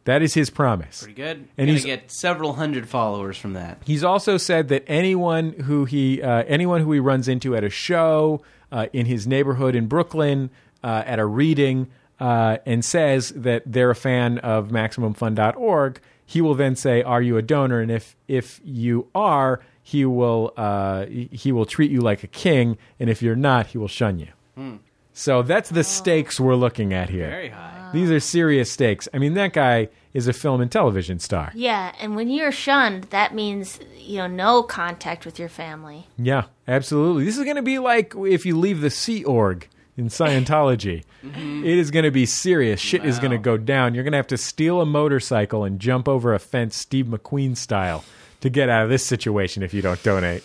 Speaker 3: That is his promise.
Speaker 4: Pretty good.
Speaker 3: And
Speaker 4: And gonna
Speaker 3: he's-
Speaker 4: get several hundred followers from that.
Speaker 3: He's also said that anyone who he uh, anyone who he runs into at a show uh, in his neighborhood in Brooklyn uh, at a reading uh, and says that they're a fan of MaximumFun.org, he will then say, "Are you a donor?" And if if you are, he will uh, he will treat you like a king, and if you're not, he will shun you. So that's the stakes we're looking at here.
Speaker 4: Hmm. Very high.
Speaker 3: These are serious stakes. I mean, that guy is a film and television star.
Speaker 7: Yeah, and when you're shunned, that means you know no contact with your family.
Speaker 3: Yeah, absolutely. This is going to be like if you leave the Sea Org in Scientology.
Speaker 4: Mm-hmm.
Speaker 3: It is going to be serious. Shit is going to go down. You're going to have to steal a motorcycle and jump over a fence, Steve McQueen style, to get out of this situation if you don't donate.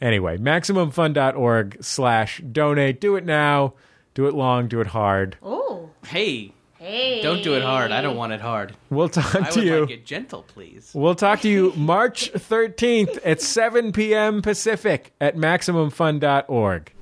Speaker 3: Anyway, MaximumFun.org slash donate. Do it now. Do it long. Do it hard.
Speaker 7: Oh,
Speaker 4: Hey,
Speaker 7: hey!
Speaker 4: don't do it hard. I don't want it hard.
Speaker 3: We'll talk
Speaker 4: I
Speaker 3: to
Speaker 4: would
Speaker 3: you.
Speaker 4: like it gentle, please.
Speaker 3: We'll talk to you March 13th at 7 p.m. Pacific at MaximumFun.org.